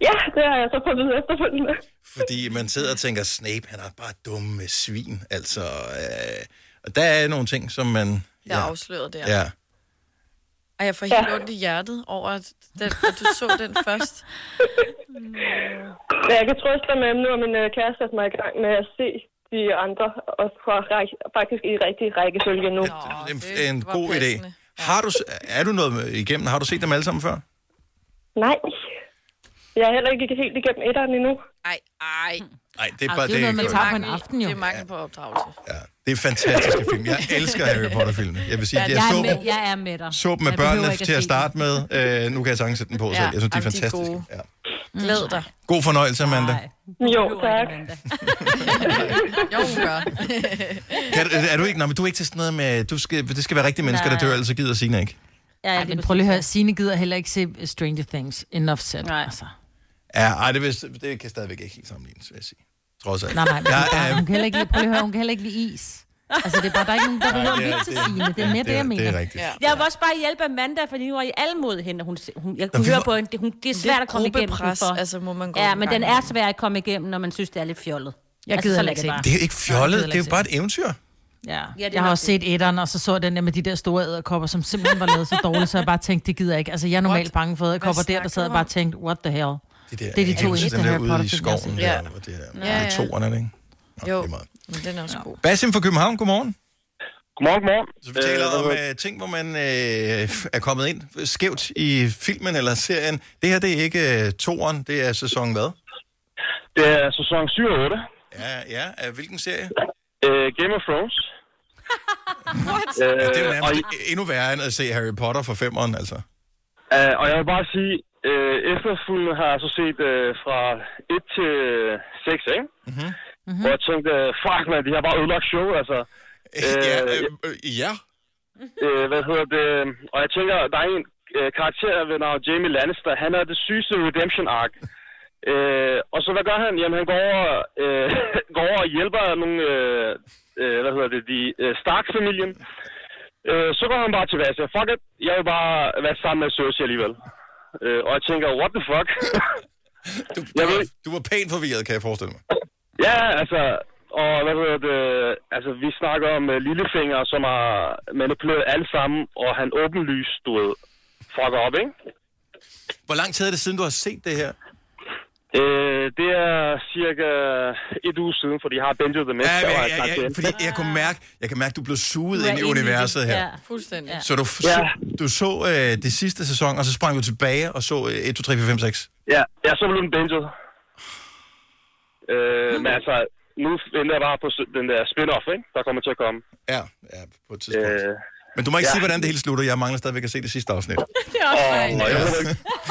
S12: Ja, det har jeg så fået at vide efterfølgende.
S1: Fordi man sidder og tænker, Snape, han er bare dumme svin. Altså, øh, og der er nogle ting, som man...
S3: Jeg afslørede det.
S1: Ja.
S3: Og jeg får helt ondt i hjertet over, at, den, at du så den først.
S12: Men jeg kan trøste dig med, at nu er min øh, kæreste altså mig i gang med at se de andre, og fra ræk- faktisk i rigtig rækkefølge nu.
S1: En, en god idé. Har du, s- er du noget med- igennem? Har du set dem alle sammen før?
S12: Nej. Jeg er heller ikke helt igennem etteren endnu.
S3: Ej, ej.
S1: Nej, det er bare det. Det,
S3: aften, jo. Det er mangel på opdragelse.
S1: det er fantastiske film. Jeg elsker Harry Potter-filmene. Jeg vil sige, at jeg
S2: jeg,
S1: så
S2: er
S1: dem,
S2: med, jeg er med dig.
S1: så dem med
S2: Jeg behøver
S1: børnene
S2: ikke
S1: til
S2: se
S1: at starte med. Øh, nu kan jeg sagtens sætte den på selv. Jeg synes, de er
S3: jamen,
S1: fantastiske.
S3: gode.
S2: Mm.
S3: Glæd dig.
S1: God fornøjelse, Amanda.
S12: Jo, tak.
S3: jo, hun gør.
S1: Kan, du- er du ikke, nej, men du er ikke til sådan noget med, du skal, det skal være rigtige mennesker, der
S4: Nej.
S1: dør, ellers så gider Signe ikke.
S2: Ja,
S4: Ej, men prøv lige at høre, Signe gider heller ikke se Stranger Things. Enough said. Nej. Altså.
S1: Ja, ej, det, vil, det kan stadigvæk ikke helt sammenlignes, vil jeg sige. Trods alt.
S4: Nej, nej, men
S1: jeg,
S4: ja,
S1: er-
S4: hun, kan heller ikke lide, prøv lige at høre, hun kan heller ikke lide is. Altså, det er bare, der er ikke nogen, der
S1: Nej,
S4: behøver
S1: det er-
S4: lidt til
S1: det er-
S4: Signe. Det er mere det, jeg mener.
S2: Ja. Jeg vil også bare hjælpe Amanda, fordi hun var i alle mod hende. og Hun, hun, jeg kunne
S4: vi
S2: høre
S4: var-
S2: på hende, det, hun, det er svært at
S3: Lidt
S2: komme igennem
S3: gruppepres,
S2: for.
S3: altså, må man gå
S2: Ja,
S3: nogle
S2: men den
S3: gange.
S2: er svær at komme igennem, når man synes, det er lidt fjollet.
S4: Jeg
S2: altså,
S4: gider
S2: så lad
S4: ikke se den.
S1: det er jo ikke fjollet, det er jo bare et eventyr.
S4: Ja.
S2: Ja, det
S4: jeg har
S2: var
S4: også set etteren, og så så jeg den der med de der store æderkopper, som simpelthen var lavet så dårligt, så jeg bare tænkte, det gider jeg ikke. Altså, jeg er normalt bange for æderkopper der, der sad jeg bare og tænkte, what the hell?
S1: Det,
S4: det er de to eneste Harry
S1: ude i
S4: Potter-film, jeg har
S1: skoven,
S4: set.
S1: der, hvor det er,
S4: Ja,
S1: ja, ja.
S4: ja.
S1: toerne, er det ikke?
S3: Jo, men den er også god.
S1: Basim fra København, godmorgen.
S11: Godmorgen, godmorgen.
S1: Så vi taler
S11: Øh,
S1: om øh, ting, hvor man øh, er kommet ind skævt i filmen eller serien. Det her, det er ikke øh, toeren, det er sæson hvad?
S11: Det er sæson 7 og 8.
S1: Ja, ja. Af hvilken serie?
S11: Øh, Game of Thrones.
S1: Ja,
S11: Øh,
S1: det er jo nærmest
S11: og-
S1: og... endnu værre end at se Harry Potter for femeren, altså.
S11: Uh, og jeg vil bare sige, uh, efterfølgende har jeg så set uh, fra 1 til 6, ikke?
S1: Mhm.
S11: Mm-hmm. Hvor jeg tænkte, øh, fuck man, de har bare ødelagt show, altså. Øh,
S1: Ja, øh, øh, ja.
S11: Øh, hvad hedder det? Og jeg tænker, der er en øh, karakter ved navn Jamie Lannister. Han er det sygeste redemption arc. Øh, og så hvad gør han? Jamen han går over, øh, går over og hjælper nogle, øh, øh, hvad hedder det, de øh, Stark-familien. Øh, så går han bare tilbage og siger, fuck it, jeg vil bare være sammen med Cersei alligevel. Øh, og jeg tænker, what the fuck?
S1: du,
S11: jeg ved,
S1: Du var pænt forvirret, kan jeg forestille mig.
S11: Ja, altså, og hvad hedder det, altså vi snakker om uh, Lillefinger, som har manipuleret alle sammen, og han åbenlyst, du ved, fucker op, ikke?
S1: Hvor lang tid er det siden, du har set det her?
S11: Øh, det er cirka et uge siden, for de har benjet det med.
S1: Ja, jeg, jeg, jeg, fordi jeg, kunne mærke, jeg kan mærke, du blev
S11: Du
S1: suget
S11: er
S1: ind i
S11: inde i det.
S1: universet her.
S3: Ja, fuldstændig.
S1: Så du, f- så, du så øh, det sidste sæson, og så sprang du tilbage og så øh, 1, 2, 3, 4, 5, 6.
S11: Ja, ja så blev den benjet. Øh, men altså, nu venter jeg bare på s- den der spin-off, ikke? Der kommer til at komme.
S1: Ja, ja på et tidspunkt. Øh, Men du må ikke ja. sige, hvordan det hele slutter. Jeg mangler stadigvæk at se det sidste afsnit.
S11: Det er også fint.
S1: Nå, jeg-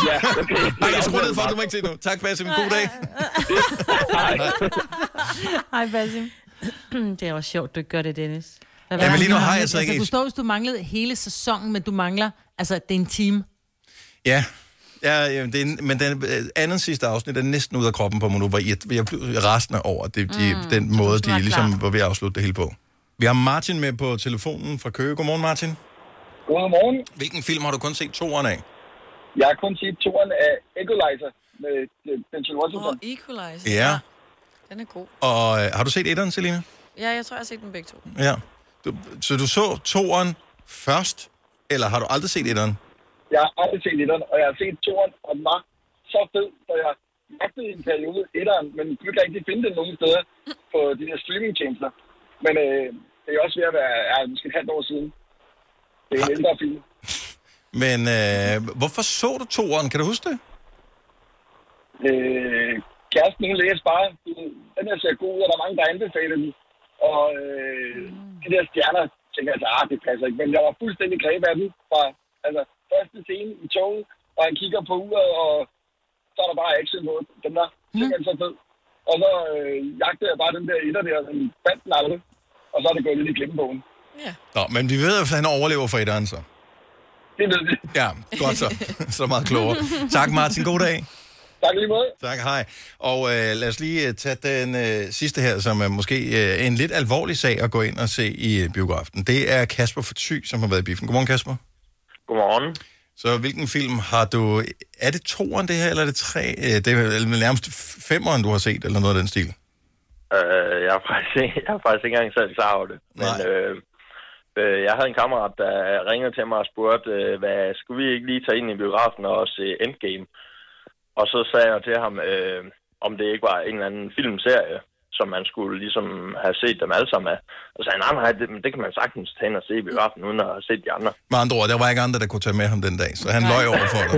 S11: Ja, okay.
S1: Nej, jeg skruer ned for, du må ikke se det nu. Tak, Basim. God dag.
S4: Hej, Basim.
S2: det var sjovt, du ikke gør det, Dennis.
S4: Hvad
S1: Ja, men
S4: var det,
S1: lige nu
S4: du
S1: har jeg
S4: manglede?
S1: altså ikke
S4: Altså, du
S1: et-
S4: står, hvis du manglede hele sæsonen, men du mangler... Altså, det er en time.
S1: Ja. Ja, ja, det er, en- men den øh, anden sidste afsnit er næsten ud af kroppen på mig nu, hvor jeg, jeg blev rasende over det, de,
S4: Mm,
S1: mm, den måde,
S4: det var
S1: de ligesom
S4: klart.
S1: var ved at afslutte det hele på. Vi har Martin med på telefonen fra Køge. Godmorgen, Martin.
S13: Godmorgen.
S1: Hvilken film har du kun set toeren af?
S13: Jeg har kun set turen af Equalizer med øh, Denzel Washington.
S3: Og Equalizer.
S1: Ja.
S3: Den er god.
S1: Og øh, har du set etteren, Selina?
S3: Ja, jeg tror, jeg har set dem begge to.
S1: Ja. Du, så du så toeren først, eller har du aldrig set etteren?
S13: Jeg har aldrig set etteren, og jeg har set turen, og den var så fed, så jeg magtede i en periode etteren, men kunne ikke rigtig finde den nogen steder på de der streamingtjenester. Men øh, det er også ved at være ja, måske et halvt år siden. Det er en ældre film.
S1: Men øh, hvorfor så du toeren? Kan du huske det?
S13: Øh, kæresten, hun læste bare, du ved, den her ser god ud, og der er mange, der anbefaler den. Og øh, de der stjerner, tænker jeg, altså, ah, det passer ikke. Men jeg var fuldstændig grebet af den fra altså, første scene i toget, og han kigger på uret, og så er der bare action på den der. Mm. så fed. Og så øh, jagtede jeg bare den der etter der, den fandt den aldrig. Og så er det gået lidt i glemmebogen.
S1: Nå, men vi ved, at han overlever for etteren, så.
S13: Det ved vi.
S1: Ja, godt så. så meget klogere. Tak, Martin. God dag.
S13: Tak lige måde.
S1: Tak, hej. Og øh, lad os lige øh, tage den øh, sidste her, som er måske øh, en lidt alvorlig sag at gå ind og se i øh, biografen. Det er Kasper Forty, som har været i biffen. Godmorgen, Kasper.
S11: Godmorgen.
S1: Så hvilken film har du... Er det toeren, det her, eller er det tre? Øh, det er vel nærmest femeren, du har set, eller noget af den stil.
S11: Øh, jeg, har faktisk, ikke- jeg har faktisk ikke engang selv klar over det. Men øh,
S14: Øh, Jeg havde en kammerat, der ringede til mig og spurgte, øh, hvad skulle vi ikke lige tage ind i biografen og se Endgame? Og så sagde jeg til ham, øh, om det ikke var en eller anden filmserie, som man skulle ligesom have set dem alle sammen af. Og så sagde han, nej, nej, det, men det kan man sagtens tage ind og se i biografen, uden at have set de andre.
S1: Med andre ord, der var ikke andre, der kunne tage med ham den dag, så han løj over for dig.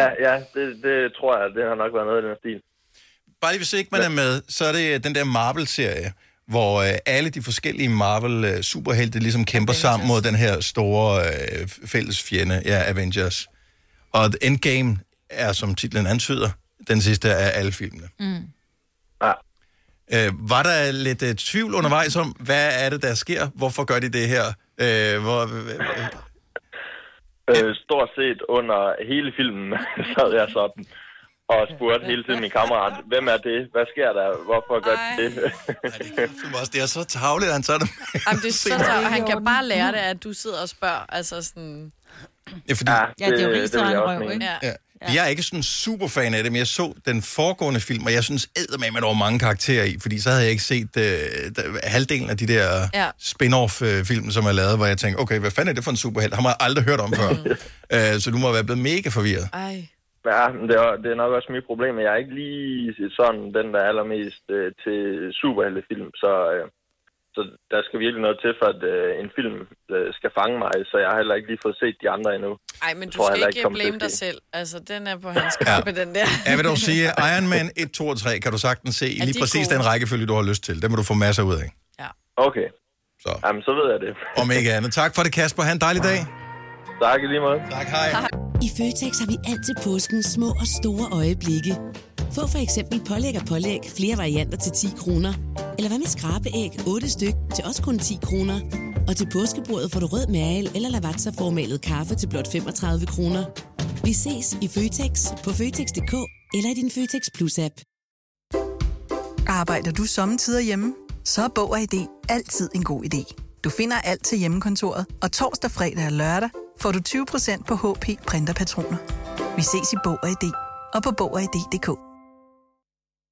S14: Ja, ja, det, det tror jeg, det har nok været noget i den stil.
S1: Bare lige hvis ikke man er med, så er det øh, den der Marvel-serie, hvor øh, alle de forskellige Marvel-superhelte ligesom kæmper sammen mod den her store øh, fælles fjende, ja, Avengers. Og Endgame er, som titlen antyder, den sidste af alle filmene.
S7: Mm.
S1: Øh, var der lidt øh, tvivl undervejs om, hvad er det, der sker? Hvorfor gør de det her? Øh, hvor, øh,
S14: Øh, stort set under hele filmen sad jeg sådan og spurgte hele tiden min kammerat, hvem er det? Hvad sker der? Hvorfor gør de det?
S1: det er så tavligt, han tager det med.
S3: Jamen, det er så tørt. Han kan bare lære det, at du sidder og spørger. Altså sådan...
S1: Ja, fordi,
S3: Ja, det er jo det- rigs, det der vil er jeg en også røv, mene. ikke? Ja.
S1: Ja. Jeg er ikke sådan super fan af det, men jeg så den foregående film, og jeg synes eddermame, at der var mange karakterer i, fordi så havde jeg ikke set øh, der- halvdelen af de der
S7: Ja.
S1: ja. spin-off-film, som er lavet, hvor jeg tænkte, okay, hvad fanden er det for en superhelt? Ham har jeg aldrig hørt om før. øh, så du må være blevet mega forvirret.
S3: Ej.
S14: Ja, men det er, det er nok også mit problem, at jeg er ikke lige sådan den, der er allermest øh, til superheltefilm, så, øh, så der skal virkelig noget til, for at øh, en film øh, skal fange mig, så jeg har heller ikke lige fået set de andre endnu.
S3: Ej, men
S14: Jeg
S3: du
S14: tror
S3: skal
S14: heller
S3: ikke
S14: ikke kommer til
S3: blame
S14: at
S3: dig
S14: se.
S3: selv. Altså, den er på hans kappe, den der.
S1: Jeg vil dog sige, Iron Man 1, 2 og 3 kan du sagtens se i
S3: Ja, de
S1: lige
S3: er
S1: præcis
S3: gode.
S1: den rækkefølge, du har lyst til. Det må du få masser ud af.
S14: Okay.
S1: Så.
S14: Jamen, så ved jeg det.
S1: Om ikke andet. Tak for det, Kasper. Ha' en dejlig dag.
S14: Tak i lige måde.
S1: Tak, hej.
S15: I Føtex har vi altid påsken små og store øjeblikke. Få for eksempel pålæg og pålæg flere varianter til 10 kroner. Eller hvad med skrabeæg 8 styk til også kun 10 kroner. Og til påskebordet får du rød mal eller lavatserformalet kaffe til blot 35 kroner. Vi ses i Føtex på Føtex.dk eller i din Føtex Plus-app.
S16: Arbejder du sommetider hjemme? Så er Bog og ID altid en god idé. Du finder alt til hjemmekontoret, og torsdag, fredag og lørdag får du 20% på HP printerpatroner. Vi ses i Bog og ID og på Bog og ID.dk.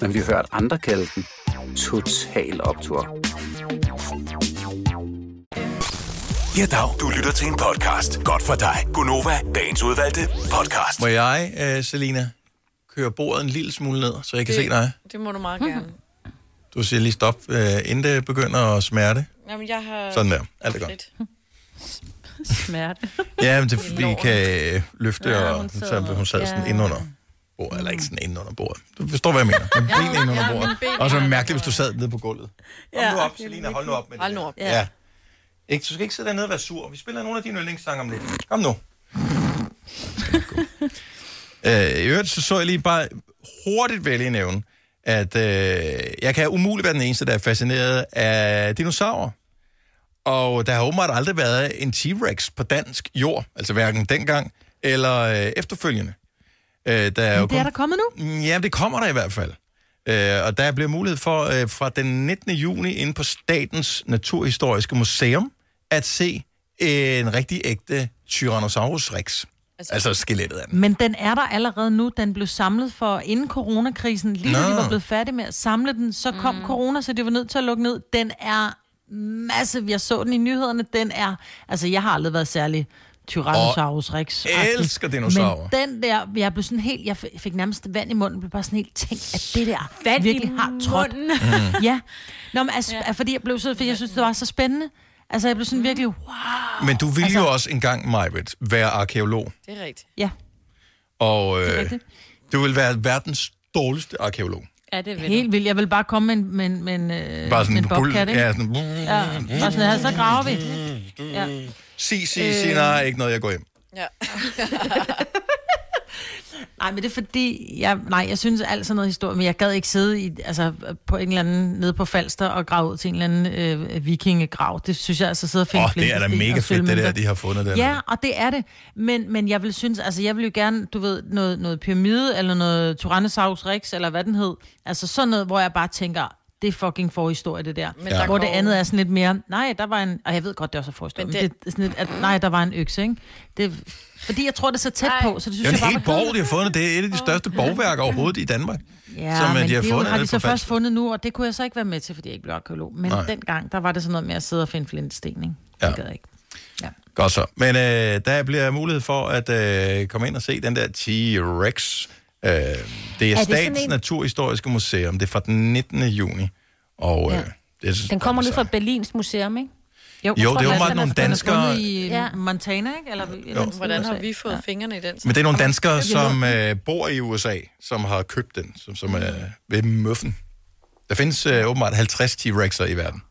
S17: men vi har hørt andre kalde den Total Optor.
S5: Ja, dag. Du lytter til en podcast. Godt for dig. Gunova, dagens udvalgte podcast.
S1: Må jeg, øh, Selina, køre bordet en lille smule ned, så jeg kan se dig?
S3: Det må du meget gerne.
S1: Du siger lige stop, øh, inden det begynder at smerte.
S3: Jamen, jeg har...
S1: Sådan der. Alt er godt.
S2: Smerte.
S1: Ja, men det, vi kan øh, løfte,
S2: Ja,
S1: og
S2: hun
S1: så
S2: sidder-
S1: hun sad sådan
S2: ja.
S1: ind under bordet, eller ikke sådan ind under bordet. Du forstår, hvad jeg mener. Med
S2: Ja,
S1: benene ind under
S2: ja,
S1: bordet.
S2: med benene
S1: Og så
S2: under
S1: mærkeligt, hvis du sad nede på gulvet. Hold nu op, Selina, hold nu op med det.
S3: Hold nu op.
S1: Ja. Ikke, du skal ikke sidde dernede og være sur. Vi spiller nogle af dine yndlingssange om lidt. Kom nu. Øh, I øvrigt så, så jeg lige bare hurtigt vælge at nævne, at øh, jeg kan umuligt være den eneste, der er fascineret af dinosaurer. Og der har åbenbart aldrig været en T-Rex på dansk jord, altså hverken dengang eller øh, efterfølgende. Øh, der er jo
S4: Men det er der kommet nu?
S1: Ja, det kommer der i hvert fald. Øh, og der bliver mulighed for øh, fra den 19. juni inde på Statens Naturhistoriske Museum at se øh, en rigtig ægte Tyrannosaurus rex. Altså, altså skelettet af den.
S4: Men den er der allerede nu. Den blev samlet for inden coronakrisen. Lige da
S1: Nå.
S4: de var blevet færdige med at samle den, så kom mm. corona, så det var nødt til at lukke ned. Den er massiv. Jeg så den i nyhederne. Den er... Altså, jeg har aldrig været særlig Tyrannosaurus rex
S1: elsker dinosaurer.
S4: Men den der, jeg blev sådan helt, jeg f- fik nærmest vand i munden, blev bare sådan helt tænkt, at det der vand virkelig har trådt.
S7: munden.
S1: Mm.
S4: ja. Nå, men altså, ja. fordi jeg blev så, fordi jeg synes, det var så spændende. Altså, jeg blev sådan virkelig, wow.
S1: Men du ville altså... jo også engang, Majbet, være arkeolog.
S3: Det er rigtigt.
S4: Ja.
S1: Og
S4: Det er
S1: øh,
S4: rigtigt.
S1: du vil være verdens dårligste arkeolog.
S2: Ja, det
S4: vil Helt vildt. Jeg vil bare komme med en, med, en- med, en, øh,
S1: Bare sådan
S4: med
S1: en
S4: en
S1: bul-
S4: bobcat, ikke?
S1: ja, sådan-
S4: ja, bare sådan her, så graver vi. Ja.
S1: Mm. Sig, sig, øh... sig, nej, ikke noget, jeg går hjem.
S3: Ja.
S4: Nej, men det er fordi, jeg, nej, jeg synes alt sådan noget historie, men jeg gad ikke sidde i, altså, på en eller anden, nede på Falster og grave ud til en eller anden øh, vikingegrav. Det synes jeg altså sidder og finde
S1: Åh, det er da
S4: flintesten
S1: mega
S4: og
S1: fedt, det der,
S4: sølvmønter.
S1: de har fundet der.
S4: Ja, og det er det. Men, men jeg vil synes, altså jeg vil jo gerne, du ved, noget, noget pyramide, eller noget Tyrannosaurus Rex, eller hvad den hed. Altså sådan noget, hvor jeg bare tænker, det er fucking forhistorie, det der.
S3: Men
S4: ja.
S3: der
S4: Hvor det
S3: går-
S4: andet er sådan lidt mere, nej, der var en, og jeg ved godt, det også er forhistorie, men,
S3: Men
S4: det...
S3: det-
S4: men det er sådan lidt, at, nej, der var en økse, ikke? Det, fordi jeg tror, det er så tæt på, så det
S1: Det
S4: synes
S1: er
S4: jeg
S1: en
S4: bare
S1: hel
S4: var
S1: borg, de har fundet. Det er et af de største borgværker overhovedet i Danmark.
S4: Ja,
S1: som, øh,
S4: men
S1: de har
S4: det
S1: fundet
S4: har
S1: nede på
S4: de så først
S1: Falster.
S4: fundet nu, og det kunne jeg så ikke være med til, fordi jeg ikke blev arkeolog. Men
S1: Nej.
S4: Nej. dengang, der var det sådan noget med at sidde og finde flintsten, ikke? Ja. Det gad jeg ikke.
S1: Godt så. Men øh, der bliver mulighed for at øh, komme ind og se den der T-Rex. Øh, det
S2: det
S1: er, er
S2: sådan
S1: Statens
S2: en-
S1: Naturhistoriske Museum. Det er fra den 19. juni. Og øh,
S2: Ja.
S1: ja. det,
S2: Den kommer ned fra Berlins Museum, ikke?
S1: Jo, Jo, det er åbenbart nogle danskere-
S4: i ja. Montana, ikke? Eller, eller
S3: Hvordan har vi fået ja. fingrene i den?
S1: Men det er nogle
S3: Okay.
S1: danskere,
S3: Det bliver
S1: som
S3: noget.
S1: øh, bor i USA, som har købt den, som, som er ved Møffen. Der findes øh, åbenbart 50 T-Rex'er i verden,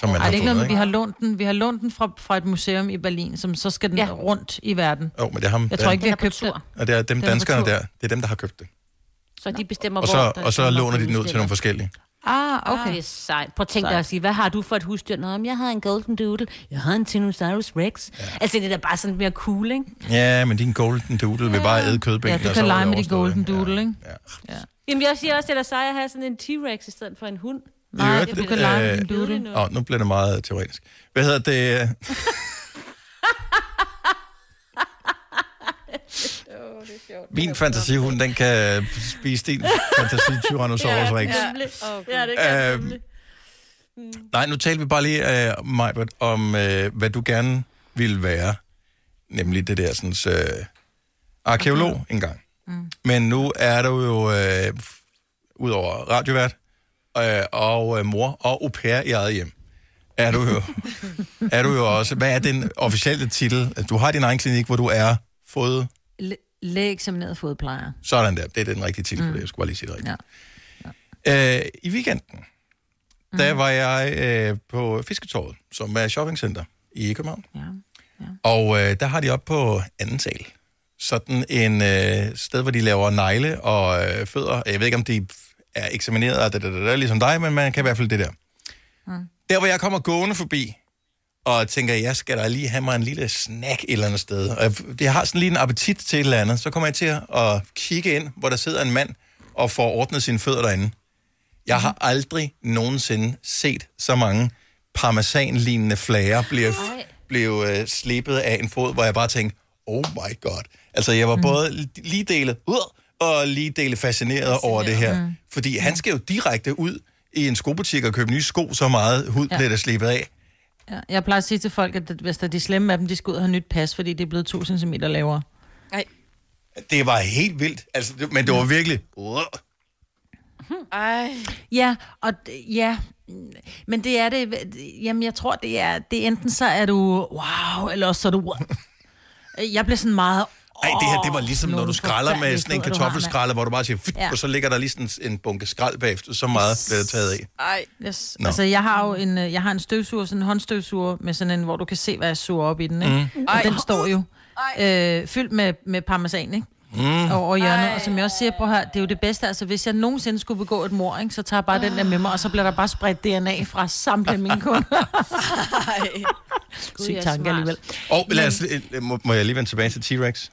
S1: som man
S4: Ej, det
S1: har
S4: er ikke
S1: fundet,
S4: noget, men vi
S1: ikke?
S4: har lånt den, vi har lånt den fra, fra et museum i Berlin, som så skal den ja. rundt i verden.
S1: Jo, men det er ham.
S4: Jeg
S1: der-
S4: tror ikke, vi har købt den.
S1: Og det er dem
S4: Den er på
S1: danskerne
S4: tur.
S1: der, det er dem, der har købt det.
S2: Så de bestemmer,
S1: Og
S2: hvor...
S1: så,
S2: der-
S1: og så
S2: hvor
S1: låner de den
S2: man
S1: ud til
S2: udstiller.
S1: nogle forskellige.
S4: Ah,
S2: okay. Det er sejt. Prøv at tænke dig at sige, hvad har du for et husdyr? Nå, men jeg har en golden doodle, jeg har en Tyrannosaurus rex. Ja. Altså, det er da bare sådan mere cool, ikke?
S1: Ja, men din golden doodle vil bare æde kødbænken.
S4: Ah. Ja, du
S1: og så
S4: kan
S1: er
S4: lege
S1: det
S4: med de
S1: overstået.
S4: golden doodle, ikke?
S2: Jamen, jeg siger også, at det er da sejt at have sådan en T-rex i stedet for en hund.
S1: I
S2: Nej,
S1: øvrigt,
S2: det bliver langt en doodle.
S1: Øh, åh, nu bliver det meget teoretisk. Hvad hedder det? øh, Min fantasihund, den kan spise din fantasi Tyrannosaurus Rex.
S2: Ja, det
S1: kan Øhm, nemlig. Nej, nu talte vi bare lige, uh, Majbert, om uh, hvad du gerne ville være. Nemlig det der sådan, uh, arkeolog okay. engang. Mm. Men nu er du jo, uh, ud over radiovært, uh, og uh, mor og au pair i eget hjem, er du jo, er du jo også. Hvad er den officielle titel? Du har din egen klinik, hvor du er fået
S4: Læ- Lægeeksamineret fodplejer.
S1: sådan der. Det er den rigtige titel
S4: Mm.
S1: på det. Jeg skulle bare lige sige det rigtigt. Ja. Øh, I weekenden, der
S4: Mm.
S1: var jeg øh, på Fisketorvet, som er shoppingcenter i København.
S4: Ja.
S1: Og øh, der har de op på anden sal sådan en øh, sted, hvor de laver negle og øh, fødder. Jeg ved ikke, om de er eksamineret og da, da, da, da, ligesom dig, men man kan i hvert fald det der.
S4: Mm.
S1: Der, hvor jeg kommer gående forbi, og tænker, jeg skal da lige have mig en lille snack et eller andet sted. Og jeg- jeg har sådan lige en appetit til et eller andet. Så kommer jeg til at kigge ind, hvor der sidder en mand og får ordnet sine fødder derinde. Jeg har aldrig nogensinde set så mange parmesanlignende flager blive, blive øh, slebet af en fod, hvor jeg bare tænkte, oh my god. Altså, jeg var både lige dele ud og lige dele fascineret, over det her.
S18: Mm.
S1: Fordi han skal jo direkte ud i en skobutik og købe nye sko, så meget hud
S4: Ja.
S1: bliver der slebet af.
S4: Ja, jeg plejer at sige til folk, at hvis der er de slemme af dem, de skal ud og have nyt pas, fordi det er blevet 2 cm lavere.
S1: Det var helt vildt, altså, det, men det var virkelig... Uh,
S3: Ej.
S4: Ja, og d- ja, men det er det, jamen jeg tror, det er, det er enten så er du, wow, eller også så er du, wow. jeg bliver sådan meget,
S1: Ej, det her, det var ligesom, når du skræller med
S4: forfærdelige
S1: sådan en
S4: fødder, du har,
S1: kartoffelskralder, hvor du bare siger, ja.
S4: Ja.
S1: og så ligger der lige sådan en bunke skrald bagefter, så meget bliver det taget af.
S3: Ej.
S4: Yes.
S1: Nå.
S4: Altså, jeg har jo en, øh, jeg har en støvsuger, sådan en håndstøvsuger, med sådan en, hvor du kan se, hvad jeg suger op i den, ikke?
S1: Mm.
S4: Mm.
S1: Ej.
S4: Og den står jo øh, fyldt med, med parmesan, ikke?
S1: Mm.
S4: over hjørnet, og som jeg også siger, prøv her, det er jo det bedste, altså hvis jeg nogensinde skulle begå et mor, ikke, så tager jeg bare den der med mig, og så bliver der bare spredt DNA fra samtlige mine kunder.
S2: Gud,
S4: Sygt
S2: jeg er
S4: tanke
S2: smart.
S4: alligevel.
S1: Og lad os, øh, må, må jeg lige vende tilbage til T-Rex?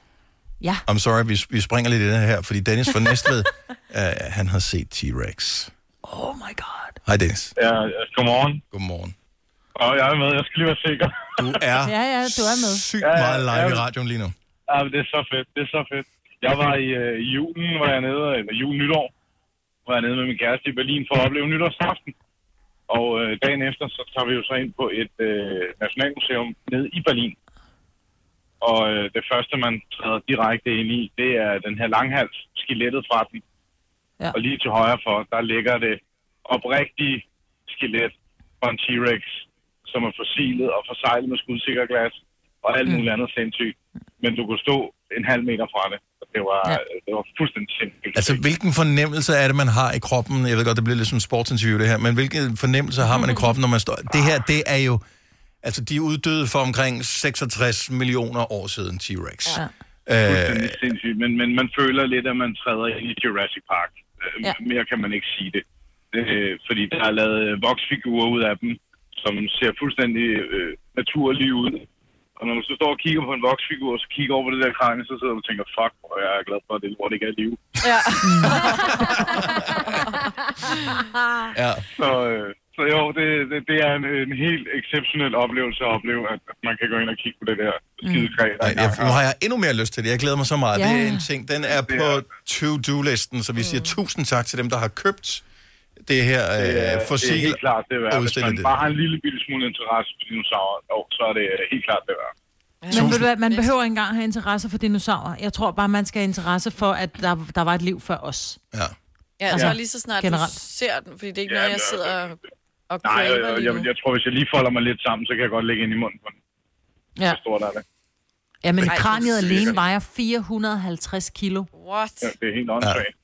S4: Ja.
S1: I'm sorry, vi, vi springer lidt i det her, fordi Dennis fra Næstved, øh, han har set T-Rex.
S4: Oh my god.
S1: Hej Dennis.
S19: Ja, øh, godmorgen.
S1: Godmorgen.
S19: Og jeg er med, jeg skal lige være sikker.
S1: Du er
S4: Ja, ja, du er med.
S1: sygt meget live i radioen lige nu.
S19: Ja, Ah, men det er så fedt, det er så fedt. Jeg var i øh, i julen, var jeg nede, eller jul nytår, var jeg nede med min kæreste i Berlin for at opleve nytårsaften. Og øh, dagen efter, så tager vi jo så ind på et øh, nationalmuseum nede i Berlin. Og øh, det første, man træder direkte ind i, det er den her langhals, skelettet fra den.
S4: Ja.
S19: Og lige til højre for, der ligger det oprigtige skelet fra en T-Rex, som er fossilet og forsejlet med skudsikker glas og alt muligt andet sindssygt. Men du kunne stå en halv meter fra det, og det var, ja. det var fuldstændig sindssygt.
S1: Altså, hvilken fornemmelse er det, man har i kroppen? Jeg ved godt, det bliver lidt som en sportsinterview, det her, men hvilken fornemmelse har man i kroppen, når man står... Det her, det er jo... Altså, de er uddøde for omkring 66 millioner år siden, T-Rex.
S4: Ja.
S1: Øh,
S19: Fuldstændig sindssygt, men, men man føler lidt, at man træder ind i Jurassic Park.
S2: Ja.
S19: Ja. Mere kan man ikke sige det. Øh, fordi der er lavet øh, voksfigurer ud af dem, som ser fuldstændig øh, naturlige ud. Og når man så står og kigger på en voksfigur, og så kigger over på det der kranje, så sidder man og tænker, fuck, hvor jeg er glad for, at det lort ikke er i live.
S3: Ja.
S1: ja.
S19: Så, øh, så jo, det, det, det er en, en helt exceptionel oplevelse at opleve, at man kan gå ind og kigge på det der
S1: Mm.
S19: skide kræ. der
S1: Nej, jeg,
S19: engang
S1: nu har jeg endnu mere lyst til det. Jeg glæder mig så meget. Ja.
S19: Ja.
S1: Det er en ting. Den er på to-do-listen, så vi siger tusind tak til dem, der har købt det her
S19: Det er-
S1: øh, fossil.
S19: Det er helt klart, det er værd.
S1: og
S19: Hvis
S1: udstillet
S19: man
S1: det.
S19: bare har en lille bitte smule interesse for dinosaurer, jo, så er det øh, helt klart, det er værd.
S4: Men ved du hvad, man behøver ikke engang have interesse for dinosaurer. Jeg tror bare, man skal have interesse for, at der, der var et liv før os.
S1: Ja.
S3: Ja, altså lige så snart Generelt.
S4: Generelt.
S3: du ser den, fordi det er ikke
S19: Ja,
S3: ja, noget, jeg
S19: men-
S3: sidder og, og
S19: Nej, jeg,
S3: craver
S19: jeg,
S3: lige nu.
S19: jeg tror, hvis jeg lige folder mig lidt sammen, så kan jeg godt lægge ind i munden på den.
S4: Ja.
S19: Så stort er det.
S4: Ja, men
S19: Ej,
S4: kraniet
S19: det er
S4: alene
S19: sikkert.
S4: vejer 450 kilo.
S3: What?
S19: Ja, det er helt åndssvagt.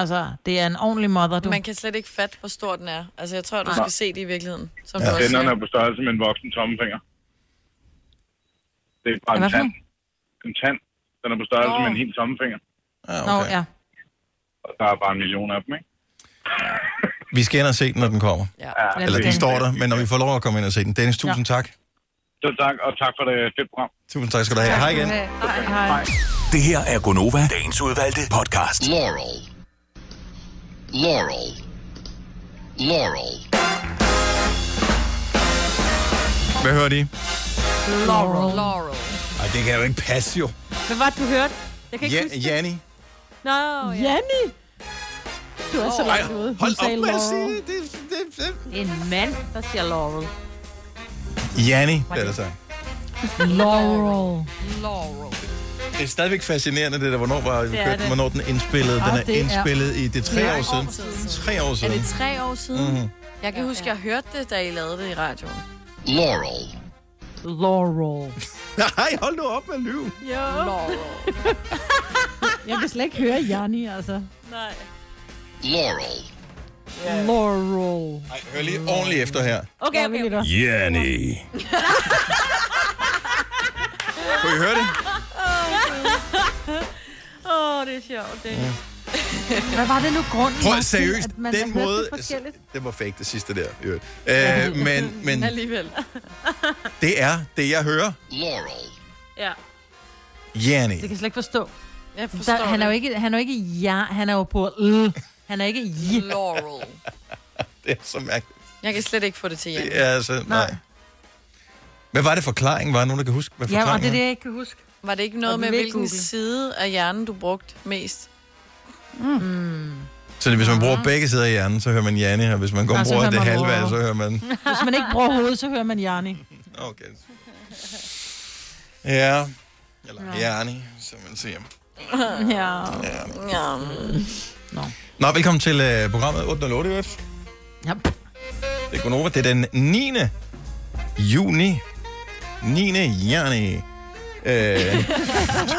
S4: Altså, det er en ordentlig mother, du.
S3: Man kan slet ikke fatte, hvor stor den er. Altså, jeg tror, du
S19: Nej.
S3: skal se det i virkeligheden. Som
S19: Ja.
S3: du også
S19: Tænderne
S3: siger.
S19: er på størrelse med en voksen tommelfinger. Det er bare
S3: Ja, hvad
S19: en
S3: for
S19: tand. En tand. Den er på størrelse
S3: Nå.
S19: med en helt tommelfinger.
S1: Ja,
S4: Nå, ja.
S19: Og der er bare en million af dem, ikke?
S1: Vi skal ind og se den, når den kommer.
S19: Ja.
S1: Eller den står der, men når vi får lov at komme ind og se den. Dennis, tusind ja. tak.
S19: Så tak, og tak for det øh, fedt program.
S1: Tusind tak skal du have. Hej igen.
S4: Hej, hej.
S5: Det her er Gonova, dagens udvalgte podcast.
S18: Laurel. Laurel. Laurel.
S1: Hvad hører de?
S2: Laurel. Laurel.
S1: Ej, det kan jo ikke passe, jo.
S2: Hvad var det, du hørte? Jeg kan ikke
S1: Ja,
S2: huske det.
S1: Janni.
S2: Nå, ja. Janni!
S4: Du er så langt ude. Hun
S2: Hold
S4: sagde
S2: op med at
S4: Laurel.
S2: sige
S1: det. Det, det,
S2: det. En mand, der siger Laurel.
S1: Janni, bliver der sagt.
S4: Laurel.
S2: Laurel.
S1: Det er stadigvæk fascinerende, det der, hvornår, var,
S8: Det er det.
S1: hvornår den indspillede. Den
S8: Ah,
S1: er
S8: det er-
S1: indspillet i det er tre
S3: Ja.
S1: år siden. Tre år siden.
S3: Er det tre år siden?
S1: Mhm.
S3: Mm. Jeg kan huske, jeg hørte det, da I lavede det i radioen.
S1: Laurel.
S4: Laurel.
S1: Nej, hold nu op med lyv.
S4: Jo. Jeg kan slet ikke høre Janni, altså.
S2: Nej.
S1: Laurel.
S4: Laurel.
S1: Ej, hør lige ordentligt efter her.
S2: Okay, okay.
S1: Jenny. Kunne I høre det?
S2: Åh, oh, det er sjovt, det.
S4: Hvad var det nu grunden var
S1: Prøv
S4: til,
S1: seriøst,
S4: at man
S1: den
S4: hørte
S1: måde...
S4: det forskelligt?
S1: Det var fake, det sidste der. i øvrigt. Øh, men, men
S3: Alligevel.
S1: det er det, jeg hører.
S18: Laurel.
S2: Ja.
S1: Jenny.
S4: Det kan jeg slet ikke forstå.
S3: Jeg
S2: forstår
S4: der, han er jo
S2: det.
S4: ikke, han er jo ikke ja, han er jo på l. Han er ikke j.
S3: Laurel.
S1: Det er så mærkeligt.
S3: Jeg kan slet ikke få det til hjem.
S1: Det er altså... Nej. nej. Hvad var det forklaringen? Var der nogen, der kan huske, hvad forklaringen var?
S4: jeg ikke kan huske.
S3: Var det ikke
S4: Og
S3: noget med,
S4: vi vil
S3: hvilken
S4: google.
S3: side af hjernen, du brugte mest?
S4: Mm.
S1: Så det, hvis man bruger begge sider af hjernen, så hører man Janni, og hvis man går
S4: Og
S1: og
S4: så
S1: bruger
S4: hører
S1: det
S4: man Mm.
S1: halve af,
S4: Laurel.
S1: så hører man...
S4: Hvis man ikke bruger hovedet, så hører man Janni.
S1: Okay. Ja. Eller Janni, som man siger.
S4: Ja.
S3: Ja.
S1: Nå, velkommen til uh, programmet 808, i øvrigt.
S4: Ja.
S1: Det er Gunova. Det er den 9. juni. 9. Janni. Øh,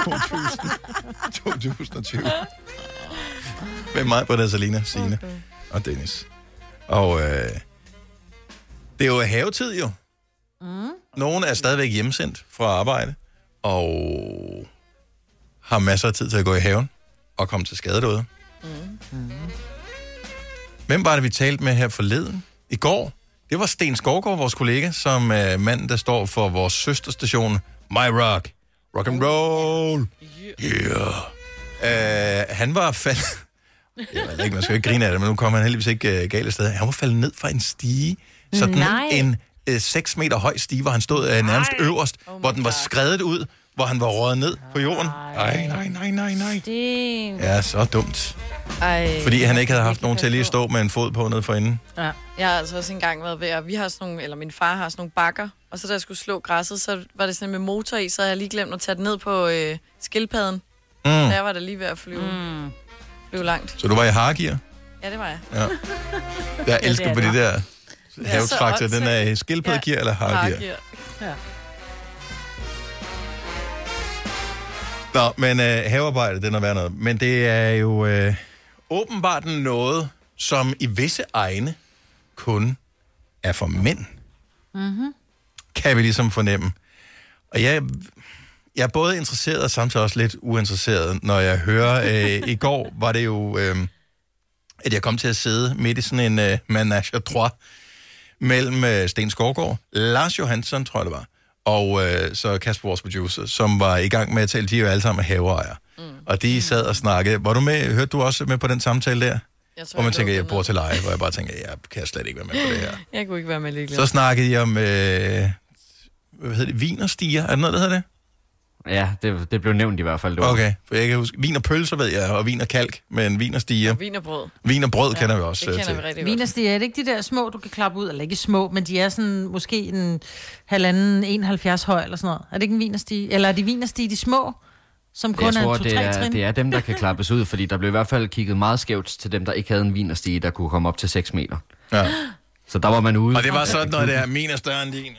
S1: 2000. 2020. Med mig, Britta, Salina, Signe og Dennis. Og øh, det er jo havetid, jo.
S4: Mm.
S1: Nogle er stadigvæk hjemsendt fra arbejde, og har masser af tid til at gå i haven og komme til skade derude. Mm. Hvem var det, vi talte med her forleden? I går? Det var Sten Skovgaard, vores kollega, som er manden, der står for vores søsterstation, My Rock. Rock and roll. Yeah. Uh, han var faldet... Jeg ved ikke, man skal jo ikke grine af det, men nu kommer han heldigvis ikke uh, galt af sted. Han var faldet ned fra en stige. Sådan
S5: Nej.
S1: en uh, 6 meter høj stige, hvor han stod uh, nærmest øverst, oh hvor den var skredet ud, hvor han var røget ned på jorden. Ej, nej, nej, nej, nej.
S2: Det...
S1: Ja, så dumt.
S3: Ej.
S1: Fordi han ikke havde haft nogen til at lige stå med en fod på nede for enden.
S4: Ja.
S3: Jeg har altså også engang været ved, at vi har sådan nogle, eller min far har sådan nogle bakker, og så da jeg skulle slå græsset, så var det sådan med motor i, så havde jeg lige glemt at tage den ned på øh, skildpadden. Mm. Så jeg var da lige ved at flyve, mm. flyve langt.
S1: Så du var i hargear?
S3: Ja, det var jeg.
S1: Ja. Jeg elsker på de der havetrakter. Den er i skildpaddegear eller hargear?
S4: Ja.
S1: Nå, men øh, havearbejde, den er værd noget. Men det er jo øh, åbenbart noget, som i visse egne kun er for mænd,
S4: Mm-hmm.
S1: kan vi ligesom fornemme. Og jeg, jeg er både interesseret og samtidig også lidt uinteresseret, når jeg hører... Øh, I går var det jo, øh, at jeg kom til at sidde midt i sådan en øh, menage à trois mellem øh, Sten Skovgaard, Lars Johansson, tror jeg det var, og øh, så Kasper, vores producer, som var i gang med at tale. De er jo alle sammen haveejere. Mm. Og de sad og snakkede. Var du med? Hørte du også med på den samtale der?
S3: Jeg tror,
S1: hvor man
S3: jeg
S1: tænker, jeg bor til leje, hvor jeg bare tænker, jeg kan slet ikke være med på det her.
S3: Jeg kunne ikke være med lige
S1: Så snakkede I om, øh, hvad hedder det, vin og stiger? Er det noget, der hedder det?
S9: Ja, det, det blev nævnt i hvert fald. Det var.
S1: Okay, for jeg kan huske, vin og pølser ved jeg, og vin og kalk, men vin og stiger.
S3: Vin og brød.
S1: Vin og brød ja, kender vi også
S4: det
S1: øh, til.
S4: Vinerstiger, er det ikke de der små, du kan klappe ud? Eller ikke små, men de er sådan måske en halvanden, 71 høj eller sådan noget. Er det ikke en vinerstige? Eller er de vinerstige, de små, som kun
S9: Jeg tror,
S4: er to-tre
S9: det er,
S4: trin?
S9: det er dem, der kan klappes ud, fordi der blev i hvert fald kigget meget skævt til dem, der ikke havde en vinerstige, der kunne komme op til 6 meter.
S1: Ja.
S9: Så der var man ude.
S1: Og det var sådan noget, der er min er større end din.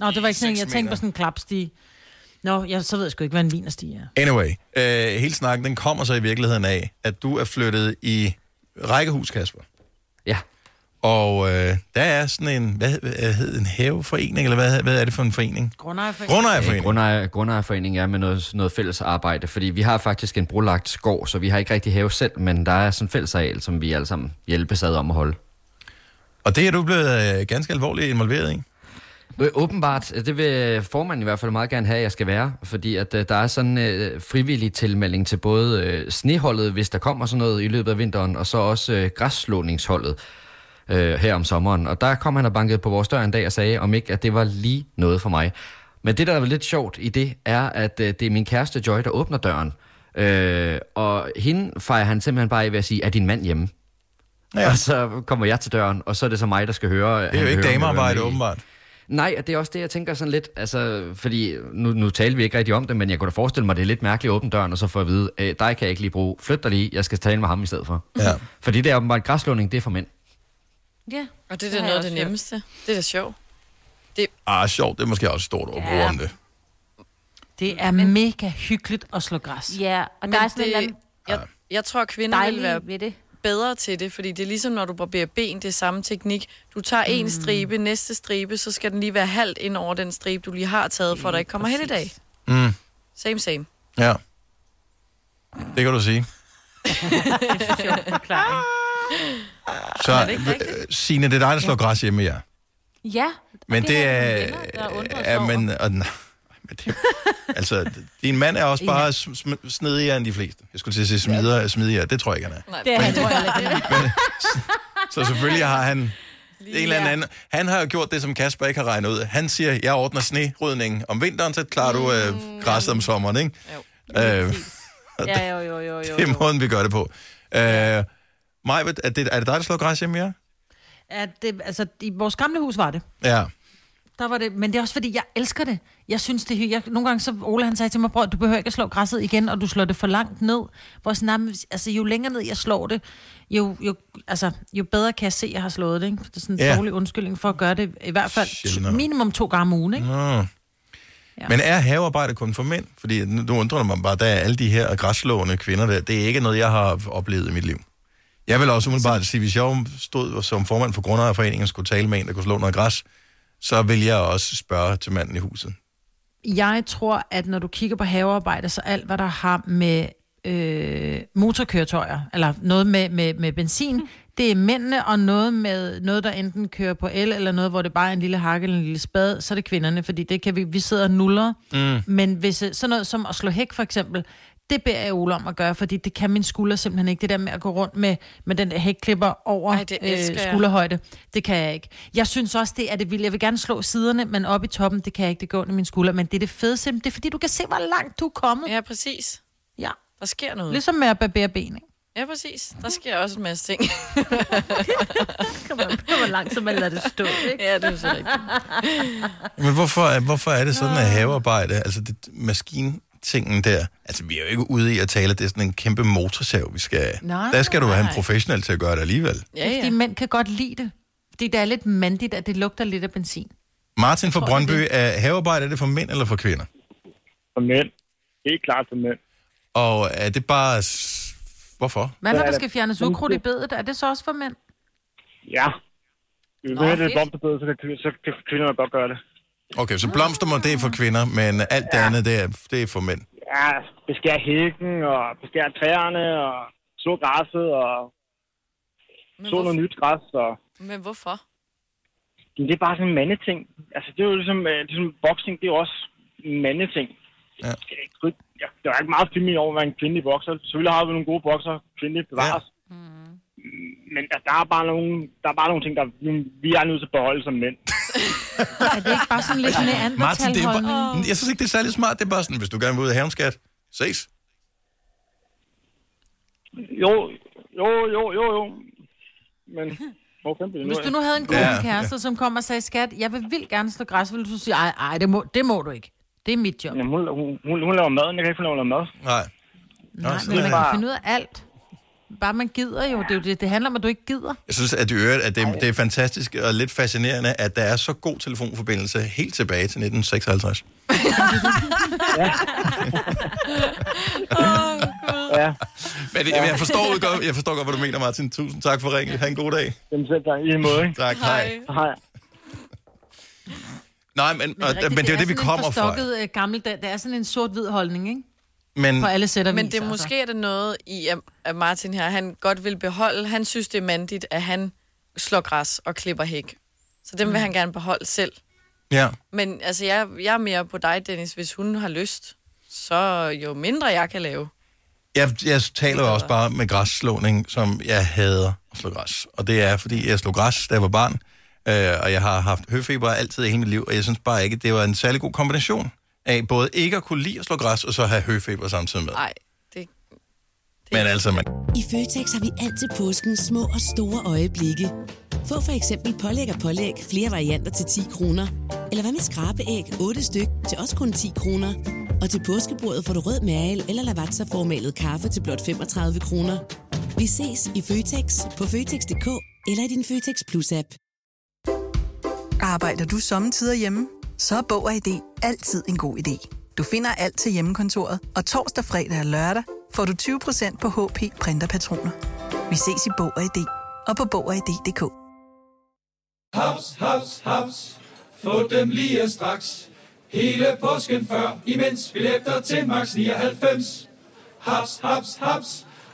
S4: Nå, det var ikke sådan, jeg
S1: seks
S4: tænkte
S1: meter.
S4: på sådan en klapstige. Nå, jeg, så ved jeg sgu ikke, hvad en vinerstige er.
S1: Anyway, øh, hele snakken, den kommer så i virkeligheden af, at du er flyttet i rækkehus, Kasper.
S9: Ja.
S1: Og øh, der er sådan en, hvad, hvad hedder en haveforening, eller hvad, hvad er det for en forening?
S4: Grundejerforening.
S1: Grundejerforening.
S9: Øh, Grundejer, grundejerforening er med noget, noget fælles arbejde, fordi vi har faktisk en brolagt skov, så vi har ikke rigtig have selv, men der er sådan en fælles areal, som vi alle sammen hjælpes ad om at holde.
S1: Og det er du blevet øh, ganske alvorligt involveret i?
S9: Øh, Åbenbart, det vil formanden i hvert fald meget gerne have, at jeg skal være, fordi at øh, der er sådan øh, frivillig tilmelding til både øh, sneholdet, hvis der kommer sådan noget i løbet af vinteren, og så også øh, græsslåningsholdet øh, her om sommeren. Og der kom han og bankede på vores dør en dag og sagde, om ikke, at det var lige noget for mig. Men det, der er lidt sjovt i det, er, at øh, det er min kæreste Joy, der åbner døren. Øh, og hende fejrer han simpelthen bare af ved at sige, er din mand hjemme? Ja. Og så kommer jeg til døren, og så er det så mig, der skal høre.
S1: Det er jo ikke damearbejde, åbenbart.
S9: Nej, og det er også det, jeg tænker sådan lidt, altså, fordi nu, nu talte vi ikke rigtig om det, men jeg kunne da forestille mig, det er lidt mærkeligt at åbne døren, og så få at vide, øh, dig kan jeg ikke lige bruge, flyt dig lige, jeg skal tale med ham i stedet for.
S1: Ja.
S9: Fordi det er åbenbart græslåning, det er for mænd.
S2: Ja.
S3: Og det er
S2: Det
S3: da
S2: har
S3: noget
S2: jeg
S3: af det
S2: også hørt.
S3: nemmeste. Det er da sjovt.
S1: Ah, sjovt, det er måske også et stort ord ja. om det.
S4: Det er men... mega hyggeligt at slå græs.
S2: Ja, og
S3: Men
S2: der er sådan
S3: det-
S2: en eller anden
S3: Jeg, jeg tror, at kvinder vil
S2: dejlig
S3: være
S2: ved det.
S3: bedre til det, fordi det er ligesom, når du barberer ben, det er samme teknik. Du tager en
S2: Mm.
S3: stribe, næste stribe, så skal den lige være halvt ind over den stribe, du lige har taget, for at der ikke kommer hen i dag.
S1: Mm,
S3: Same, same.
S1: ja. Det kan du sige.
S3: Ah!
S2: Er
S1: Så,
S2: det ikke
S1: øh, Signe, det er dig, der slår græs hjemme i jer.
S2: Ja.
S1: Men det, det er...
S2: ja,
S1: ja, men, og, nej, men det, altså, din mand er også bare sm- sm- snedigere end de fleste. Jeg skulle til at sige smider, smidigere. Det tror jeg ikke, han er.
S2: det er han, tror jeg ikke.
S1: Så selvfølgelig har han en eller anden. anden. Han har jo gjort det, som Kasper ikke har regnet ud. Han siger, jeg ordner snerydningen om vinteren, så klarer du
S2: Mm,
S1: øh, græsset om sommeren, ikke? Jo. Øh,
S2: Ja, jo, jo, jo, jo.
S1: det er måden, vi gør det på. Øh, Majbet, er det, er det dig, der slår græs hjemme i jer?
S4: At det, altså, i vores gamle hus var det.
S1: Ja.
S4: Der var det, men det er også fordi, jeg elsker det. Jeg synes det er hy- jeg, Nogle gange så, Ole han sagde til mig, bror, du behøver ikke at slå græsset igen, og du slår det for langt ned. Hvor jeg sådan, "Nej, men hvis- altså, jo længere ned jeg slår det, jo, jo, altså, jo bedre kan jeg se, at jeg har slået det. Ikke? For Det er sådan en
S1: Ja.
S4: yeah. dårlig undskyldning for at gøre det, i hvert fald
S1: Sjældnere.
S4: t- minimum to gange om ugen. Ikke?
S1: Nå. Ja. Men er havearbejde kun for mænd? Fordi nu nu undrer det mig bare, der er alle de her græsslående kvinder der. Det er ikke noget, jeg har oplevet i mit liv. Jeg vil også umiddelbart sige, hvis jeg stod som formand for Grundejerforeningen og skulle tale med en, der kunne slå noget græs, så vil jeg også spørge til manden i huset.
S4: Jeg tror, at når du kigger på havearbejde, så alt, hvad der har med øh, motorkøretøjer, eller noget med, med, med benzin, det er mændene, og noget med noget, der enten kører på el, eller noget, hvor det bare er en lille hakke eller en lille spade, så er det kvinderne, fordi det kan vi, vi sidder og nuller.
S7: Mm.
S4: Men hvis øh, sådan noget som at slå hæk, for eksempel, det beder jeg Ole om at gøre, fordi det kan min skulder simpelthen ikke. Det der med at gå rundt med, med den der hækklipper over
S3: Ej, det
S4: øh,
S3: elsker jeg.
S4: skulderhøjde, det kan jeg ikke. Jeg synes også, det er det vildt. Jeg vil gerne slå siderne, men op i toppen, det kan jeg ikke. Det går under min skulder, men det er det fede simpelthen. Det er fordi, du kan se, hvor langt du er kommet.
S3: Ja, præcis.
S4: Ja.
S3: Der sker noget.
S4: Ligesom med at barbere ben, ikke?
S3: Ja, præcis. Der sker også en masse ting.
S2: Hvor langt, så man lader det stå, ikke?
S3: ja, det er så rigtigt.
S1: Men hvorfor, er- hvorfor er det sådan, at havearbejde, altså det, maskintingen der, altså vi er jo ikke ude i at tale, at det er sådan en kæmpe motorsav, vi skal...
S4: Nej,
S1: der skal du have en
S4: nej.
S1: professionel til at gøre det alligevel.
S4: Ja, ja. Fordi mænd kan godt lide det. Fordi det er lidt mandigt, at det lugter lidt af benzin.
S1: Martin fra
S4: tror, det er
S1: Brøndby, er havearbejde er det for mænd eller for kvinder?
S6: For mænd. Helt klart for mænd.
S1: Og er det bare... s- Hvorfor?
S4: Hvad når der skal fjernes ukrudt i bedet? Er det så også for mænd?
S6: Ja. Hvis
S4: Nå,
S6: man er det
S4: fedt.
S6: blomsterbed, så kan, så kan kvinderne godt gøre det.
S1: Okay, så blomstermund, det er for kvinder, men alt det andet, det er, det er for mænd.
S8: Ja, beskære hækken, og beskære træerne, og så græsset, og så noget nyt græs. Og...
S3: Men hvorfor?
S8: Men det er bare sådan en mandeting. Altså, det er jo ligesom, øh, ligesom boxing, det er jo også en mandeting.
S1: Ja.
S8: Ja, der er ikke meget film i over at være en kvindelig bokser. Selvfølgelig har vi nogle gode bokser, kvindelige bevares. Ja.
S4: Mm.
S8: Men altså, der, er bare nogle, der er bare nogle ting, der vi, vi er nødt til at beholde som mænd.
S4: Er det ikke bare sådan lidt sådan en anden
S1: Martin, det er bare, jeg synes ikke, det er særlig smart. Det er bare sådan, hvis du gerne vil ud af haven, skat, ses.
S8: Jo, jo, jo, jo, jo. Men hvor fanden
S4: Hvis du nu havde en god
S1: Ja,
S4: ja, kæreste, ja. som kom og sagde, skat, jeg vil vildt gerne slå græs, ville du sige, ej, ej, det må, det må du ikke. Det er mit job.
S8: Jamen, hun, hun, hun, hun laver mad, jeg kan ikke finde ud af at lave mad.
S1: Nej.
S8: Nej,
S4: Men man kan finde ud af alt. Bare man gider jo. Det, er jo det, det handler om, at du ikke gider.
S1: Jeg synes, at, i øvrigt, at det, det er fantastisk og lidt fascinerende, at der er så god telefonforbindelse helt tilbage til 1956.
S8: Ja.
S1: Men det, jeg, forstår jo godt, jeg forstår godt, hvad du mener, Martin. Tusind tak for ringen. Ha' en god dag.
S8: Jamen selv tak, i lige måde. Ikke?
S1: Tak, hej.
S8: Hej.
S1: Nej, men, men, og,
S4: Rigtigt,
S1: men det er jo det, vi
S4: sådan en
S1: kommer fra.
S4: forstokket, øh, gammel, det, det er sådan en sort-hvid holdning, ikke?
S1: Men,
S4: På alle sætter
S3: Men det er
S1: altså.
S3: måske er det noget i, at- at Martin her, han godt vil beholde. Han synes, det er mandigt, at han slår græs og klipper hæk. Så dem vil han gerne beholde selv.
S1: Ja.
S3: Men altså, jeg, jeg er mere på dig, Dennis. Hvis hun har lyst, så jo mindre jeg kan lave.
S1: Jeg, jeg taler jo også bare med græsslåning, som jeg hader at slå græs. Og det er, fordi jeg slog græs, da jeg var barn, øh, og jeg har haft høfeber altid i hele mit liv, og jeg synes bare ikke, det var en særlig god kombination af både ikke at kunne lide at slå græs, og så have høfeber samtidig med.
S3: Nej, det...
S1: Men altså, man,
S15: I Føtex har vi altid påsken små og store øjeblikke. Få for eksempel pålæg og pålæg flere varianter til 10 kroner. Eller hvad med skrabeæg 8 styk til også kun 10 kroner. Og til påskebordet får du rød mal eller lavatserformalet kaffe til blot 35 kroner. Vi ses i Føtex på Føtex.dk eller i din Føtex Plus-app.
S16: Arbejder du sommetider hjemme? Så er Bog og ID altid en god idé. Du finder alt til hjemmekontoret, og torsdag, fredag og lørdag får du 20% på HP printerpatroner. Vi ses i Bog og ID og på Bog og ID.dk.
S20: Haps, haps, haps. Få dem lige straks. Hele påsken før, imens billetter til max 99. Haps, haps, haps.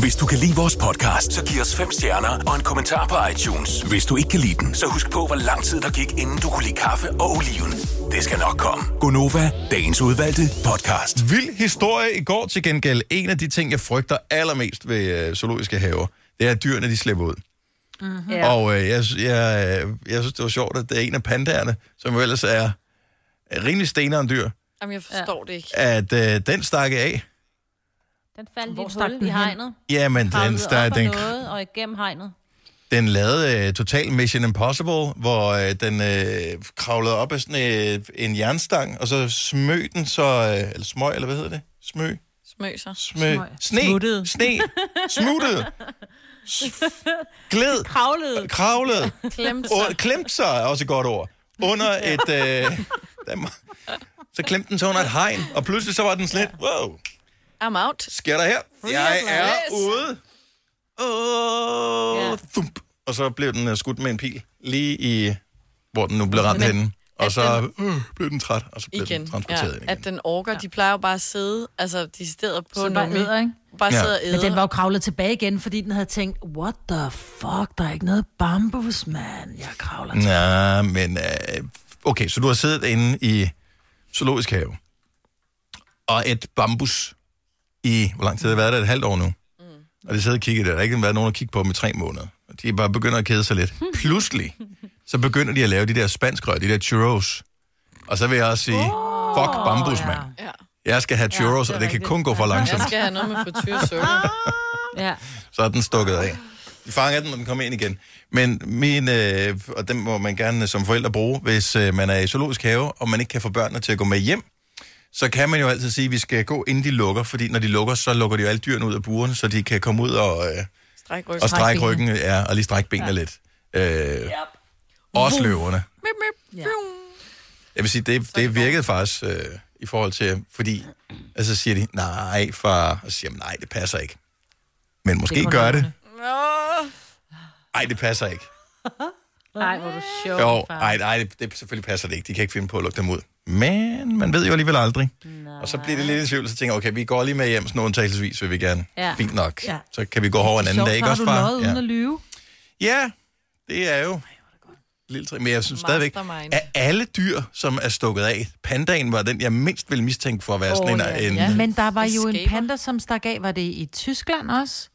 S5: Hvis du kan lide vores podcast, så giv os fem stjerner og en kommentar på iTunes. Hvis du ikke kan lide den, så husk på, hvor lang tid der gik, inden du kunne lide kaffe og oliven. Det skal nok komme.
S1: Gonova, dagens udvalgte podcast. Vild historie i går til gengæld. En af de ting, jeg frygter allermest ved øh, zoologiske haver, det er, at dyrene de slipper ud.
S7: Mm-hmm.
S1: Ja. Og øh, jeg, sy- jeg, øh, jeg synes, det var sjovt, at det er en af pandaerne, som jo ellers er er rimelig steneren dyr,
S3: Jamen, jeg forstår ja. det ikke.
S1: at øh, den stakke af.
S2: Den faldt i et
S4: stak
S2: hul
S4: den
S2: i
S4: hen?
S2: hegnet.
S1: Jamen, den
S2: Kravlede
S1: stak-
S2: op ad
S1: den-
S2: noget og igennem hegnet.
S1: Den lavede øh, total Mission Impossible, hvor øh, den øh, kravlede op af sådan øh, en jernstang, og så smøg den så... Øh, eller smøg, eller hvad hedder det? Smøg?
S3: Smøser.
S1: Smøg. Sne. Smuttede. Sne. Smuttede. Gled.
S2: Kravlede.
S1: Kravlede.
S3: Klemte sig.
S1: Og, klemte sig er også et godt ord. Under et... Øh, dem- så klemte den sig under et hegn, og pludselig så var den sådan lidt, wow,
S3: I'm out.
S1: sker der her?
S3: Free
S1: Jeg
S3: at
S1: er
S3: last.
S1: ude. Åh, thump. Og så blev den øh, skudt med en pil, lige i, hvor den nu blev ramt henne. Og så øh, blev den træt, og så blev
S3: igen.
S1: den transporteret ind igen.
S3: At den orker, ja. de plejer jo bare at sidde, altså de sidder på
S4: Så bare
S3: nogle...
S4: æder, ikke?
S3: Bare
S1: Ja.
S3: sidder og æder.
S4: Men den var jo kravlet tilbage igen, fordi den havde tænkt, what the fuck, der er ikke noget bambus, man. Jeg kravler
S1: Nej,
S4: tilbage.
S1: men... Øh, okay, så du har siddet inde i Zoologisk Have. Og et bambus i... Hvor lang tid har det været der? Et halvt år nu. Mm. Og det sidder og kigger der. Der har ikke været nogen, der kigge på dem i tre måneder. Og de bare begynder at kede sig lidt. Pludselig, så begynder de at lave de der spanskrøg, de der churros. Og så vil jeg også sige, oh, fuck bambus, mand.
S3: Ja.
S1: Jeg skal have churros, ja, det og det kan kun gå for langsomt.
S3: Jeg skal have noget med frityrsukker.
S2: ja.
S1: Så er den stukket af. De fanger den, og den kommer ind igen. Men min, øh, og den må man gerne som forældre bruge, hvis øh, man er i zoologisk have, og man ikke kan få børnene til at gå med hjem, så kan man jo altid sige, at vi skal gå, inden de lukker, fordi når de lukker, så lukker de jo alle dyrene ud af burene, så de kan komme ud og, øh,
S3: Stræk
S1: og strække ryggen ja, og lige strække benene ja. lidt. Øh, yep. Også løverne.
S3: Mip, mip. Ja.
S1: Jeg vil sige, det, det virkede faktisk øh, i forhold til, fordi altså, så siger de, nej, far, og så siger man, nej, det passer ikke. Men måske
S2: Det er
S1: det
S2: kun
S1: gør det.
S3: Åh.
S1: Nej, det passer ikke.
S2: Nej, hvor er du sjov,
S1: Jo,
S2: far.
S1: nej, nej, det, det, selvfølgelig passer det ikke. De kan ikke finde på at lukke dem ud. Men man ved jo alligevel aldrig. Nej. Og så bliver det lidt i tvivl, så tænker jeg, okay, vi går lige med hjem, sådan undtagelsesvis vil vi gerne.
S4: Ja.
S1: Ja. Fint nok.
S4: Ja.
S1: Ja. Så kan vi gå over en anden dag, ikke også,
S4: Har du
S1: far?
S4: løjet uden
S1: Ja.
S4: at lyve?
S1: ja, det er jo... Lille tri- men jeg synes stadigvæk,
S4: Mastermind.
S1: at alle dyr, som er stukket af, pandaen var den, jeg mindst ville mistænke for at være oh, sådan en... Ja, en ja.
S4: Men der var jo en panda, som stak af. Var det i Tyskland også?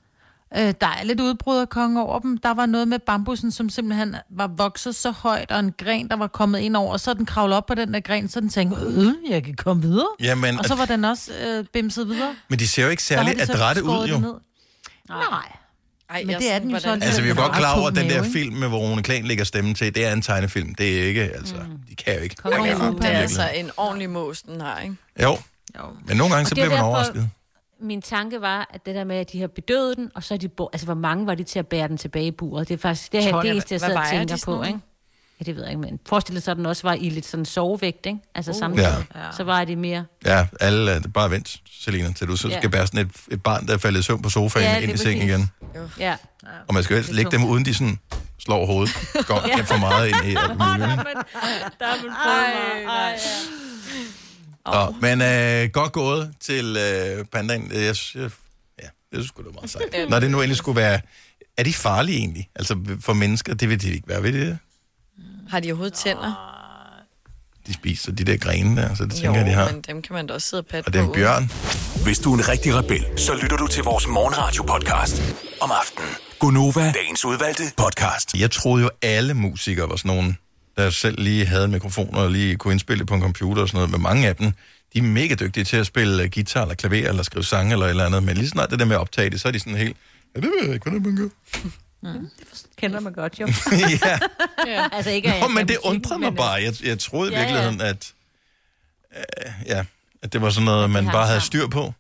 S4: Øh, der er lidt udbrud af konge over dem. Der var noget med bambusen, som simpelthen var vokset så højt, og en gren, der var kommet ind over, og så den kravlede op på den der gren, så den tænkte, øh, jeg kan komme videre.
S1: Jamen,
S4: og så var den også øh, bimset videre.
S1: Men de ser jo ikke
S4: Så har
S1: særlig
S4: de så
S1: adrette ud,
S4: skåret den
S1: jo.
S4: ned. Nej.
S3: Ej,
S4: Men det er den jo så
S1: Altså, vi er jo godt klar over, at den der
S4: Mave, ikke?
S1: film, med hvor Rune Klan lægger stemmen til, det er en tegnefilm. Det er ikke, altså... Mm. De kan jo ikke.
S3: Jo,
S1: Jeg kan ramme
S3: det
S1: den
S3: er
S1: virkelig.
S3: altså en ordentlig mås, den har, ikke?
S1: Jo. Men nogle gange,
S2: Og
S1: så
S2: det er
S1: bliver man
S2: derfor-
S1: overrasket.
S2: Min tanke var, at det der med, at de har bedøvet den, og så er de... Bo- altså, hvor mange var de til at bære den tilbage i buret? Det er faktisk det, her,
S4: 12,
S2: det eneste, jeg
S4: hvad
S2: sidder og
S4: vejer de
S2: tænker
S4: sådan
S2: på,
S4: nogle?
S2: ikke? Ja, det ved jeg ikke, men forestil dig så, at den også var i lidt sådan sovevægt, ikke? Altså
S1: Uh.
S2: samtidig. Så var det mere...
S1: Ja, alle er bare vent, Selina, til du selv
S2: Ja.
S1: skal bære sådan et, et barn, der er faldet i søvn på sofaen,
S2: Ja,
S1: ja,
S2: det
S1: ind
S2: er
S1: i sengen
S2: præcis.
S1: igen.
S2: Ja.
S1: Og man skal jo helst lægge dem, uden de sådan slår hovedet. Går ja. for meget ind i alt muligt. ikke?
S2: Der er man prøvet meget.
S1: Nå, men øh, godt gået til øh, pandaen. Øh, Jeg, sy- jeg, ja, jeg synes sgu, det var meget sejt. Når det nu endelig skulle være... Er de farlige egentlig? Altså for mennesker, det vil de ikke være, ved det?
S3: Har de overhovedet tænder?
S1: De spiser de der grene der, så det tænker jeg, de har.
S3: men dem kan man da også sidde og patte
S1: Og det er en
S3: på.
S1: bjørn.
S5: Hvis du er en rigtig rebel, så lytter du til vores morgenradio-podcast om aftenen. Gunova, dagens udvalgte podcast.
S1: Jeg troede jo, alle musikere var sådan nogen, der selv lige havde mikrofoner og lige kunne indspille det på en computer og sådan noget. Men mange af dem, de er mega dygtige til at spille øh, guitar eller klaver eller skrive sange eller et eller andet. Men lige snart det der med at optage det, så er de sådan helt... Ja, det ved jeg ikke, hvordan man gør.
S2: Mm. Det kender man godt, jo.
S1: ja.
S2: ja. Altså ikke, at
S1: Nå,
S2: jeg
S1: men
S2: kan
S1: det
S2: musikken,
S1: undrer mig
S2: men, øh,
S1: bare. Jeg, jeg troede i
S2: Ja, ja.
S1: virkeligheden, at... Øh, ja, at det var sådan noget, man
S2: hang
S1: bare havde
S2: sammen.
S1: styr på.
S2: øh,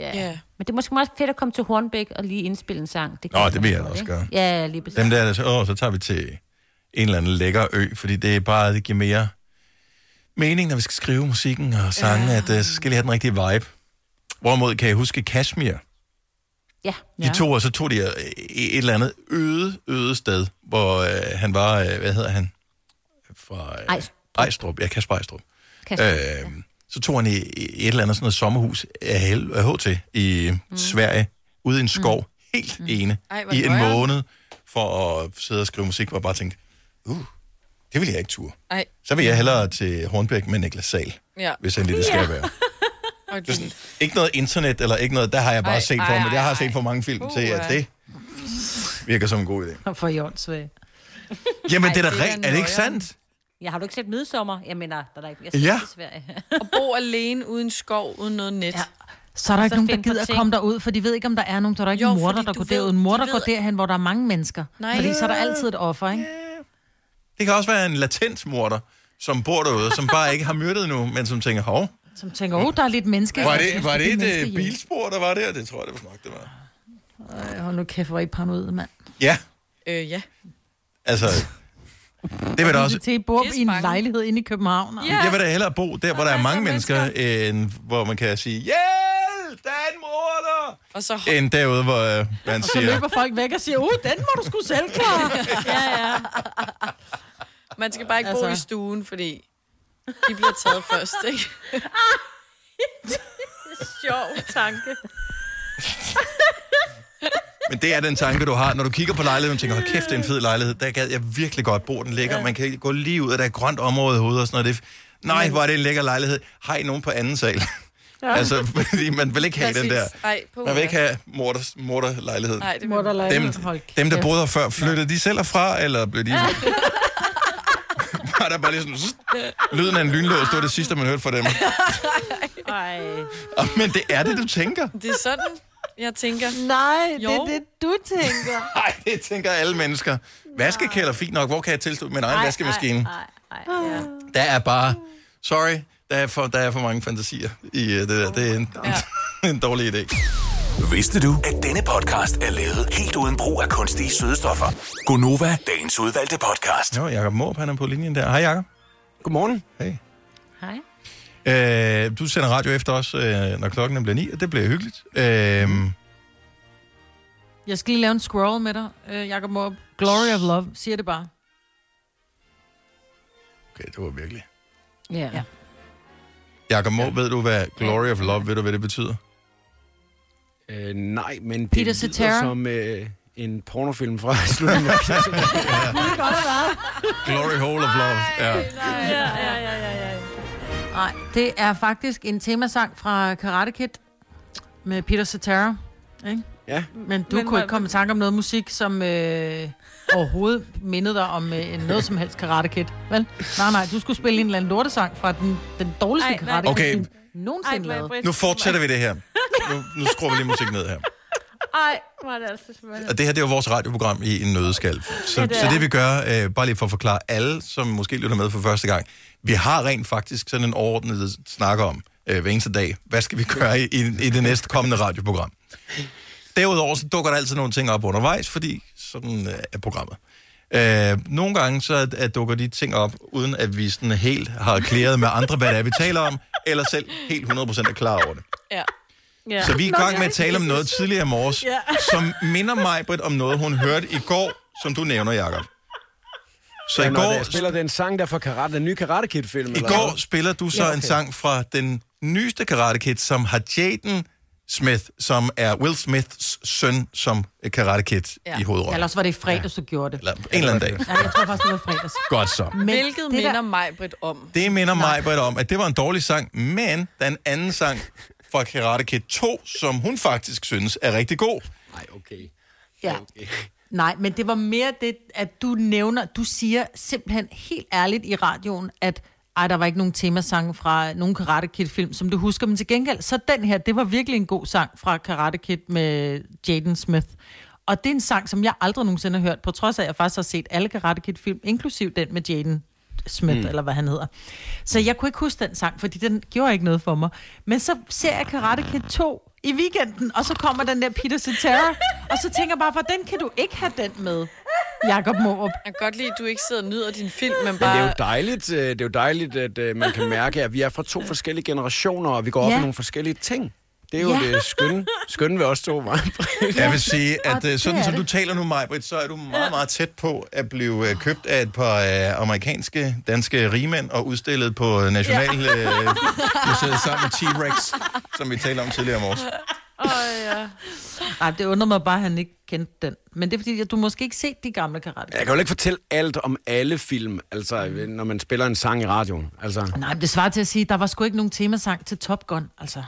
S2: Ja. Yeah. Men det er måske meget fedt at komme til Hornbæk og lige indspille en sang. Det
S1: Nå,
S2: kan
S1: det
S2: man
S1: vil jeg
S2: godt,
S1: da også
S2: ikke?
S1: gøre.
S2: Ja, lige præcis.
S1: Dem der, der så, åh, så tager vi til en eller anden lækker ø, fordi det er bare, det giver mere mening, når vi skal skrive musikken og sange, ja. at uh, så skal lige have den rigtige vibe. Hvorimod kan jeg huske Kashmir. De
S2: Ja.
S1: ja. to, og så tog de øh, et eller andet øde, øde sted, hvor øh, han var, øh, hvad hedder han? Fra øh,
S2: Ejstrup.
S1: Ejstrup. Ja, Kasper Ejstrup.
S2: Kasper,
S1: Øh, så tog han i, i et eller andet sådan noget sommerhus af Hel- af HT i mm. Sverige, ude i en skov, mm. helt mm. ene,
S2: Ej,
S1: Ej,
S2: hvor
S1: i en
S2: nøjeren.
S1: måned, for at sidde og skrive musik, hvor jeg bare tænkte, uh, det vil jeg ikke ture.
S3: Ej.
S1: Så vil jeg hellere til Hornbæk med Niklas Sal,
S3: Ja.
S1: hvis endelig det skal
S3: Ja.
S1: være.
S3: Og
S1: Det er sådan, ikke noget internet eller ikke noget, der har jeg bare
S4: Ej,
S1: ej, set
S4: ej,
S1: for mig.
S4: ej,
S1: Jeg har set for mange film til, at
S4: Uha.
S1: det virker som en god idé.
S4: For jordensvæg.
S1: Jamen,
S4: Ej,
S1: det er
S4: det er
S1: da rigtigt. Er det ikke
S4: nøjeren.
S1: sandt?
S2: ja, har du ikke set Midsommer? Jeg mener, der er der ikke. Jeg ja.
S1: Ja.
S2: I Sverige.
S3: Og bo alene uden skov, uden noget net. Ja.
S4: Så er der ikke nogen, der
S3: find på
S4: gider at
S3: ting.
S4: komme derud, for de ved ikke, om der er nogen. Der er der ikke jo, morder,
S3: fordi
S4: der
S3: du
S4: går
S3: ved-
S4: derud. En morder
S3: de
S4: går
S3: ved-
S4: derhen, hvor der er mange mennesker.
S3: Nej.
S4: Fordi så er der altid et offer, ikke?
S1: Det kan også være en latent morder, som bor derude, som bare ikke har myrdet nu, men som tænker, hov,
S4: Som tænker, åh, oh, der er lidt mennesker.
S1: Var
S4: Jeg synes,
S1: det, var
S4: er
S1: det et øh,
S4: menneskehjem.
S1: bilspor, der var der? Det tror jeg, det var nok, det var.
S4: Ej, hold nu kæft, hvor er I paranoid, mand.
S1: Ja,
S3: Øh, ja.
S1: altså... Det vil da også...
S4: Til I bor i en lejlighed inde i København. og-
S1: Jeg vil da hellere bo der, hvor der er mange mennesker, end hvor man kan sige, hjælp, der er en morder!
S3: Og så
S1: end derude, hvor øh, man
S4: Og så
S1: siger...
S4: løber folk væk og siger, uh, den må du skulle selv klare.
S3: ja, ja. Man skal bare ikke altså... bo i
S4: Altså.
S3: stuen, fordi de bliver taget først, ikke? Sjov tanke.
S1: Men det er den tanke, du har, når du kigger på lejligheden og tænker, hold kæft, det er en fed lejlighed. Der gad jeg virkelig godt bo, den ligger. Man kan gå lige ud, og der er et grønt område i hovedet og sådan noget. Det er- Nej, hvor er det en lækker lejlighed. Har I nogen på anden sal?
S4: Ja.
S1: Ja. altså, fordi man vil ikke have den der.
S4: Præcis. Ej, på
S1: man vil
S4: ja.
S1: ikke have morter, morterlejlighed.
S4: Nej, det må der lege.
S1: Dem, dem, der boede her før, flyttede de selv fra, eller blev de... var der bare lige sådan... zzzt, Lyden af en lynlås, det var det sidste, man hørte fra dem.
S3: Ej.
S1: Og- Men det er det, du tænker.
S3: Det er sådan, jeg tænker.
S4: Nej,
S3: jo. det er det,
S4: du tænker.
S1: Nej, det tænker alle mennesker. Vaskekælder, fint nok. Hvor kan jeg tilslutte min egen vaskemaskine?
S2: Ej, ej, ej, ja.
S1: Der er bare... Sorry, Der er for, der er for mange fantasier i øh, det der. Det er en, ja. en dårlig idé.
S5: Vidste du, at denne podcast er lavet helt uden brug af kunstige sødestoffer?
S1: Gonova.
S5: Dagens udvalgte podcast.
S1: Jo, Jacob Måb, han er på linjen der. Hej, Jacob. Godmorgen. Hej.
S2: Hej.
S1: Øh, du sender radio efter os, øh, når klokken bliver ni, og det bliver hyggeligt. Øh,
S4: Jeg skal lige lave en scroll med dig, øh, Jacob Morp. Glory of Love, siger det bare.
S1: okay, det var virkelig.
S2: Ja. ja.
S1: Jacob Måb, ved du, hvad Glory of Love, ved du, hvad det betyder?
S21: Øh, nej, men det
S4: Peter
S21: lyder
S4: Cetera.
S21: som øh, en pornofilm fra slutningen af 80'erne.
S1: Glory Hole of Love. Ja.
S4: Ja, ja, ja, ja, ja. Nej, det er faktisk en temasang fra Karate Kid med Peter Cetera. Ikke?
S21: Ja.
S4: Men du
S21: Men
S4: Men, kunne
S21: hvad-
S4: ikke komme i tanke om noget musik, som øh, overhovedet mindede dig om øh, noget som helst Karate Kid, vel? Nej, nej, du skulle spille en eller anden lortesang fra den, den dårligste
S2: Ej,
S4: Ej,
S2: hvad
S4: Karate
S1: er det?
S4: Kid,
S1: Okay.
S4: du nogensinde
S2: Ej,
S4: lavet.
S1: Nu fortsætter vi det her. Nu, nu skruer vi lige musik ned her.
S2: Ej, var det altså svært.
S1: Og det her, det er jo vores radioprogram i en nødskal. Så,
S2: Ja,
S1: ja,
S2: det
S1: det,
S2: er.
S1: så det vi gør, øh, bare lige for at forklare alle, som måske lytter med for første gang, vi har rent faktisk sådan en overordnet snak om øh, hver eneste dag, hvad skal vi gøre i, i, i det næste kommende radioprogram. Derudover så dukker der altid nogle ting op undervejs, fordi sådan øh, er programmet. Øh, nogle gange så at, at dukker de ting op, uden at vi sådan helt har klæret med andre, hvad det er, vi taler om, eller selv helt 100% er klar over det.
S3: Ja.
S1: Ja. Så vi er i
S3: Nå,
S1: gang
S3: ja.
S1: med at tale om noget tidligere i morges,
S3: Ja.
S1: ja. som minder mig, Britt, om noget, hun hørte i går, som du nævner, Jacob. Så
S21: Ja,
S1: i
S21: når
S1: går,
S21: der spiller den sang der fra karate, den nye Karate Kid-film.
S1: i
S21: eller
S1: går
S21: hvad?
S1: spiller du så
S21: Ja,
S1: ja,
S21: okay.
S1: okay. en sang fra den nyeste Karate Kid, som har Jaden Smith, som er Will Smiths søn, som Karate Kid ja. i hovedrollen.
S4: Eller også var det i fredags, du gjorde det.
S1: Eller en eller anden dag.
S4: Ja, jeg tror faktisk, det var i fredags.
S1: Godt så.
S4: Men
S3: Hvilket
S4: det
S3: minder
S4: der-
S3: mig, Britt, om.
S1: Det minder mig Britt, om, at det var en dårlig sang, men den anden sang fra Karate Kid 2, som hun faktisk synes er rigtig god. Nej, okay.
S4: Ja. Okay. Nej, men det var mere det, at du nævner, du siger simpelthen helt ærligt i radioen, at ej, der var ikke nogen temasange fra nogen Karate Kid-film, som du husker, men til gengæld, så den her, det var virkelig en god sang fra Karate Kid med Jaden Smith. Og det er en sang, som jeg aldrig nogensinde har hørt, på trods af, at jeg faktisk har set alle Karate Kid-film, inklusiv den med Jaden Smith,
S22: Mm.
S4: mm. eller hvad han hedder. Så jeg kunne ikke huske den sang, fordi den gjorde ikke noget for mig. Men så ser jeg Karate Kid 2 i weekenden, og så kommer den der Peter Cetera, og så tænker jeg bare, hvordan kan du ikke have den med, Jakob Morup?
S3: Jeg kan godt lide, at du ikke sidder og nyder din film, men
S21: Men det er jo
S3: bare...
S21: dejligt, øh, det er jo dejligt at øh, man kan mærke, at vi er fra to forskellige generationer, og vi går op
S3: Ja.
S21: i nogle forskellige ting. Det er jo
S3: Ja.
S21: det skønne, skønne ved os to, mig.
S1: Jeg vil sige,
S21: Og
S1: at
S21: det
S1: øh, sådan
S21: er
S1: som
S21: det.
S1: du taler nu, Majbrit, så er du meget, meget tæt på at blive øh, købt af et par øh, amerikanske, danske rigmænd og udstillet på øh, National
S7: Ja.
S1: øh, Museet sammen med T-Rex, som vi talte om tidligere om års.
S4: Åh, ja. Nej, det undrer mig bare, at han ikke kendte den. Men det er fordi, at du måske ikke set de gamle Karate Kid.
S21: Jeg kan jo ikke fortælle alt om alle film, altså når man spiller en sang i radioen. Altså,
S4: Nej, men det svarer til at sige, at der var sgu ikke nogen temasang til Top Gun, altså.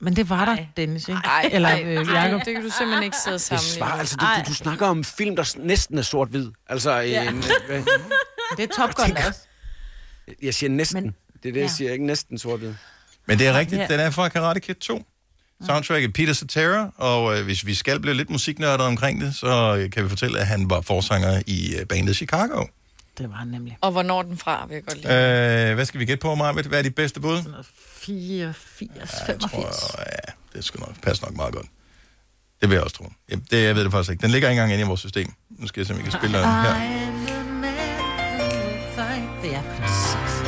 S4: Men det var der, Dennis, ikke?
S3: Ej,
S4: Eller
S3: ej,
S4: øh,
S3: ej,
S4: Jacob.
S3: det kan du simpelthen ikke sidde og
S21: det
S3: sammenligne.
S21: svarer, altså, du, du, du snakker om film, der s- næsten er sort-hvid. Altså,
S3: Ja.
S21: ja. en, hvad-
S4: Det er Top Gun også.
S21: jeg siger næsten. Men, det er det, jeg
S4: ja.
S21: siger, ikke næsten sort-hvid.
S1: Men det er rigtigt,
S21: Ja.
S1: den er fra Karate Kid 2. Soundtracket Peter Cetera, og øh, hvis vi skal blive lidt musiknørdet omkring det, så øh, kan vi fortælle, at han var forsanger i øh, bandet Chicago.
S4: Det var han nemlig.
S3: Og hvornår er den fra, vil jeg godt lide.
S1: Øh, hvad skal vi gætte på, Majbrit? Hvad er dit bedste bud?
S4: 84, 85.
S1: Det skal nok passe nok meget godt. Det vil jeg også tro. Ja, det, jeg ved det faktisk ikke. Den ligger ikke engang inde i vores system. Nu skal jeg se, om jeg kan spille den her.
S4: Det er præcis.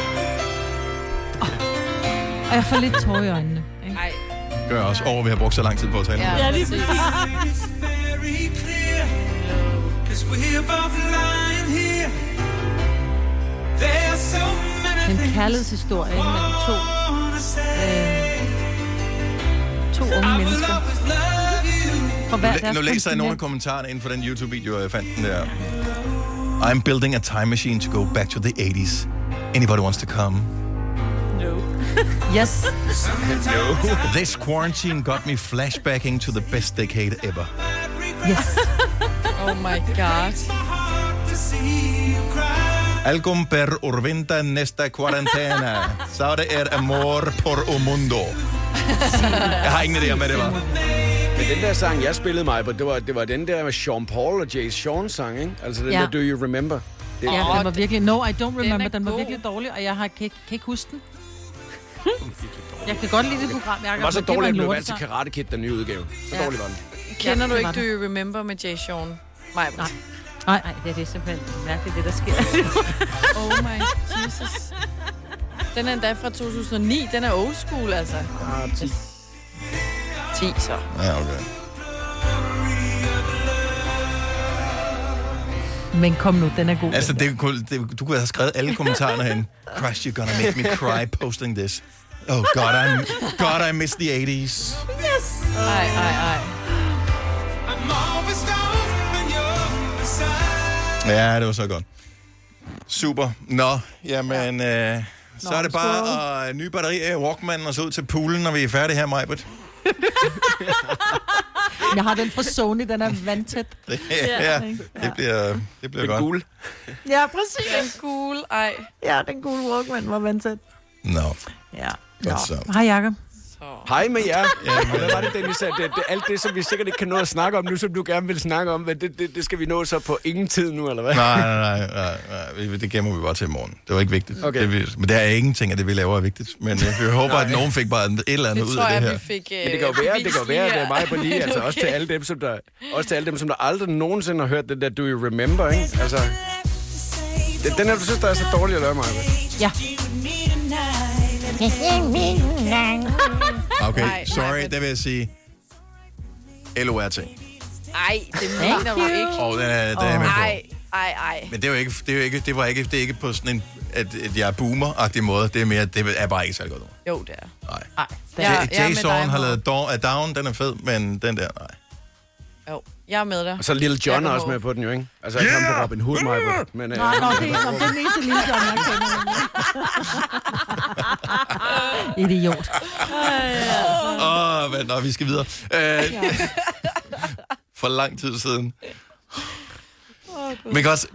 S4: Oh. Og jeg får lidt tårer i øjnene.
S3: Nej.
S1: Gør jeg også over, vi har brugt så lang tid på at tale om
S4: Ja,
S1: det.
S4: lige præcis.
S20: very clear. Cause we're both lying here. There's so many
S4: Den
S20: things
S4: kærlighedshistorie ikke, mellem to,
S20: I wanna
S4: øh, to unge mennesker. Og hvad er
S1: Nu,
S4: deres
S1: nu læser jeg nogle af
S4: kontinent?
S1: kommentarerne inden for den YouTube-video, jeg fandt den der. I'm building a time machine to go back to the 80s. Anybody wants to come?
S4: Yes.
S1: No. This quarantine got me flashbacking to the best decade ever.
S4: Yes.
S3: oh my god.
S1: Algum per urvinta nesta quarantena. Så det er amor por un mundo. Jeg har ingen idé om, hvad det var.
S21: Men den der sang, jeg spillede mig på, det var, det var den der med Sean Paul og Jay Sean sang, ikke? Altså den
S4: Ja.
S21: ja. der Do You Remember?
S4: Ja, den var virkelig... No, I don't
S21: er
S4: remember. Den var
S21: god.
S4: virkelig dårlig, og jeg har, kan, ikke- kan ikke huske den. Jeg kan godt lide det program, Jacob.
S21: Den var så
S4: men det
S21: dårlig, at
S4: en
S21: den blev valgt
S4: lortesang.
S21: til Karate Kid, den nye udgave. Så
S4: Ja.
S21: dårlig var den.
S3: Kender
S4: Ja,
S3: du
S4: det
S3: ikke
S4: var
S3: Do You Remember med Jay Sean? Nej.
S4: Nej,
S2: Nej det, er- det er simpelthen mærkeligt, det der sker.
S3: oh my Jesus. Den er endda fra 2009. Den er old school, altså.
S21: Ah, 10.
S3: 10 så.
S1: Ja, okay.
S4: Men kom nu, den er god.
S1: Altså, det, kunne- det, du kunne have skrevet alle kommentarerne hen. Christ, you're gonna make me cry posting this. Oh god, I, god, I miss the 80s.
S7: Yes!
S3: Ej, ej, ej.
S1: Ja, det var så godt. Super. Nå, jamen, øh, så
S7: Nå,
S1: er det bare
S7: skål.
S1: at øh, nye batterier af Walkman og så ud til poolen, når vi er færdige her, Majbert.
S4: Jeg har den fra Sony, den er vandtæt.
S1: Det, ja, det bliver, det bliver godt. Gul.
S4: Ja, præcis.
S3: Den gule, ej.
S4: Ja, den gule Walkman var vandtæt.
S1: Nå.
S4: Ja.
S21: Godt
S1: så.
S4: Hej, Jacob.
S21: Hej med jer. Og hvad var det, Dennis, at det, det, alt det, som vi sikkert ikke kan nå at snakke om nu, som du gerne vil snakke om, men det, det, det skal vi nå så på ingen tid nu, eller hvad?
S1: Nej, nej, nej, nej, nej. vi- Det gemmer vi bare til i morgen. Det var ikke vigtigt.
S21: Okay.
S1: Det, vi- men der er ingenting af det, vi laver, er vigtigt. Men øh, vi håber,
S21: Nej.
S1: at nogen fik bare et eller andet
S21: Det
S1: ud
S21: tror
S1: af det
S21: jeg,
S1: her.
S21: vi
S3: fik...
S21: Men det kan jo være, det kan jo være, at det er mig på lige, altså også til
S1: Okay.
S21: alle dem, som der, også til alle dem, som der aldrig nogensinde har hørt den der Do You Remember, ikke? Altså, det, den her, du synes, der er så dårlig at lave mig.
S4: Ja.
S1: Okay, sorry, det vil jeg sige. LORT.
S3: Ej, det mener du ikke.
S1: Åh, den er- den er jeg med på.
S3: Ej, ej, ej.
S1: Men det er jo ikke, det er jo ikke, det var ikke, det er ikke på sådan en, at, at jeg er boomer-agtig måde. Det er mere, det er bare ikke særlig godt.
S3: Jo, det er.
S1: Nej.
S4: Ej,
S1: Ja, Jason har lavet Dawn, uh, Down, den er fed, men den der, nej.
S3: Jo, jeg er med dig.
S21: Og så Lille John er
S3: Jeg
S21: også
S3: kan
S21: med på den jo, ikke? Altså, ikke yeah! ham på Robin Hood, mig på. Men, øh,
S4: Nå, nå, det er, nå, det er den eneste lille John, jeg kender. nemlig. Idiot.
S1: Åh, oh, nå, vi skal videre. Uh, for lang tid siden. Men også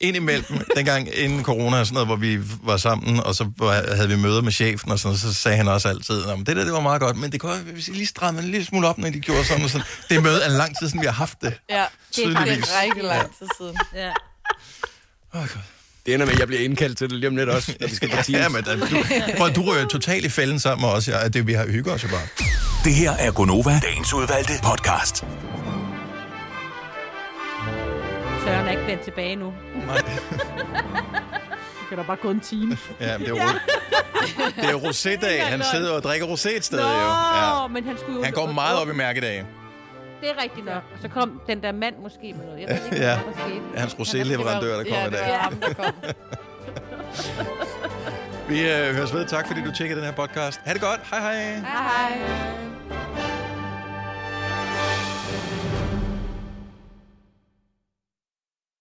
S1: indimellem, dengang inden corona og sådan noget, hvor vi var sammen, og så var- havde vi møder med chefen og sådan noget, så sagde han også altid, at det der, det var meget godt, men det kunne også- hvis I lige stramme en lille smule op, når de gjorde sådan og sådan. Det møde er lang tid siden, vi har haft det.
S3: Ja, det er
S1: Tydeligvis.
S3: faktisk rigtig lang tid siden.
S2: Ja.
S21: det ender med, at jeg bliver indkaldt til det lige om lidt også, når vi skal på Teams.
S1: Ja, men da, du, prøv, at du rører totalt i fælden sammen med os, ja, det vi har hygget os jo bare.
S5: Det her er Gonova, dagens udvalgte podcast.
S2: Søren er ikke vendt tilbage nu.
S1: Nej.
S4: Det kan da bare gå en time.
S1: Ja, men det er, ro- det er rosé-dag. Han sidder og drikker rosé et sted, jo. Ja.
S2: Åh, men han skulle jo...
S1: Han går meget op i mærkedage.
S2: Det er rigtigt nok. Og så kom den der mand måske med noget. Jeg ved ikke,
S1: Ja.
S2: hvad der skete.
S1: Hans rosé-leverandør, der kommer i dag. Vi øh, høres ved. Tak, fordi du tjekkede den her podcast. Ha' det godt. Hej hej.
S7: Hej hej.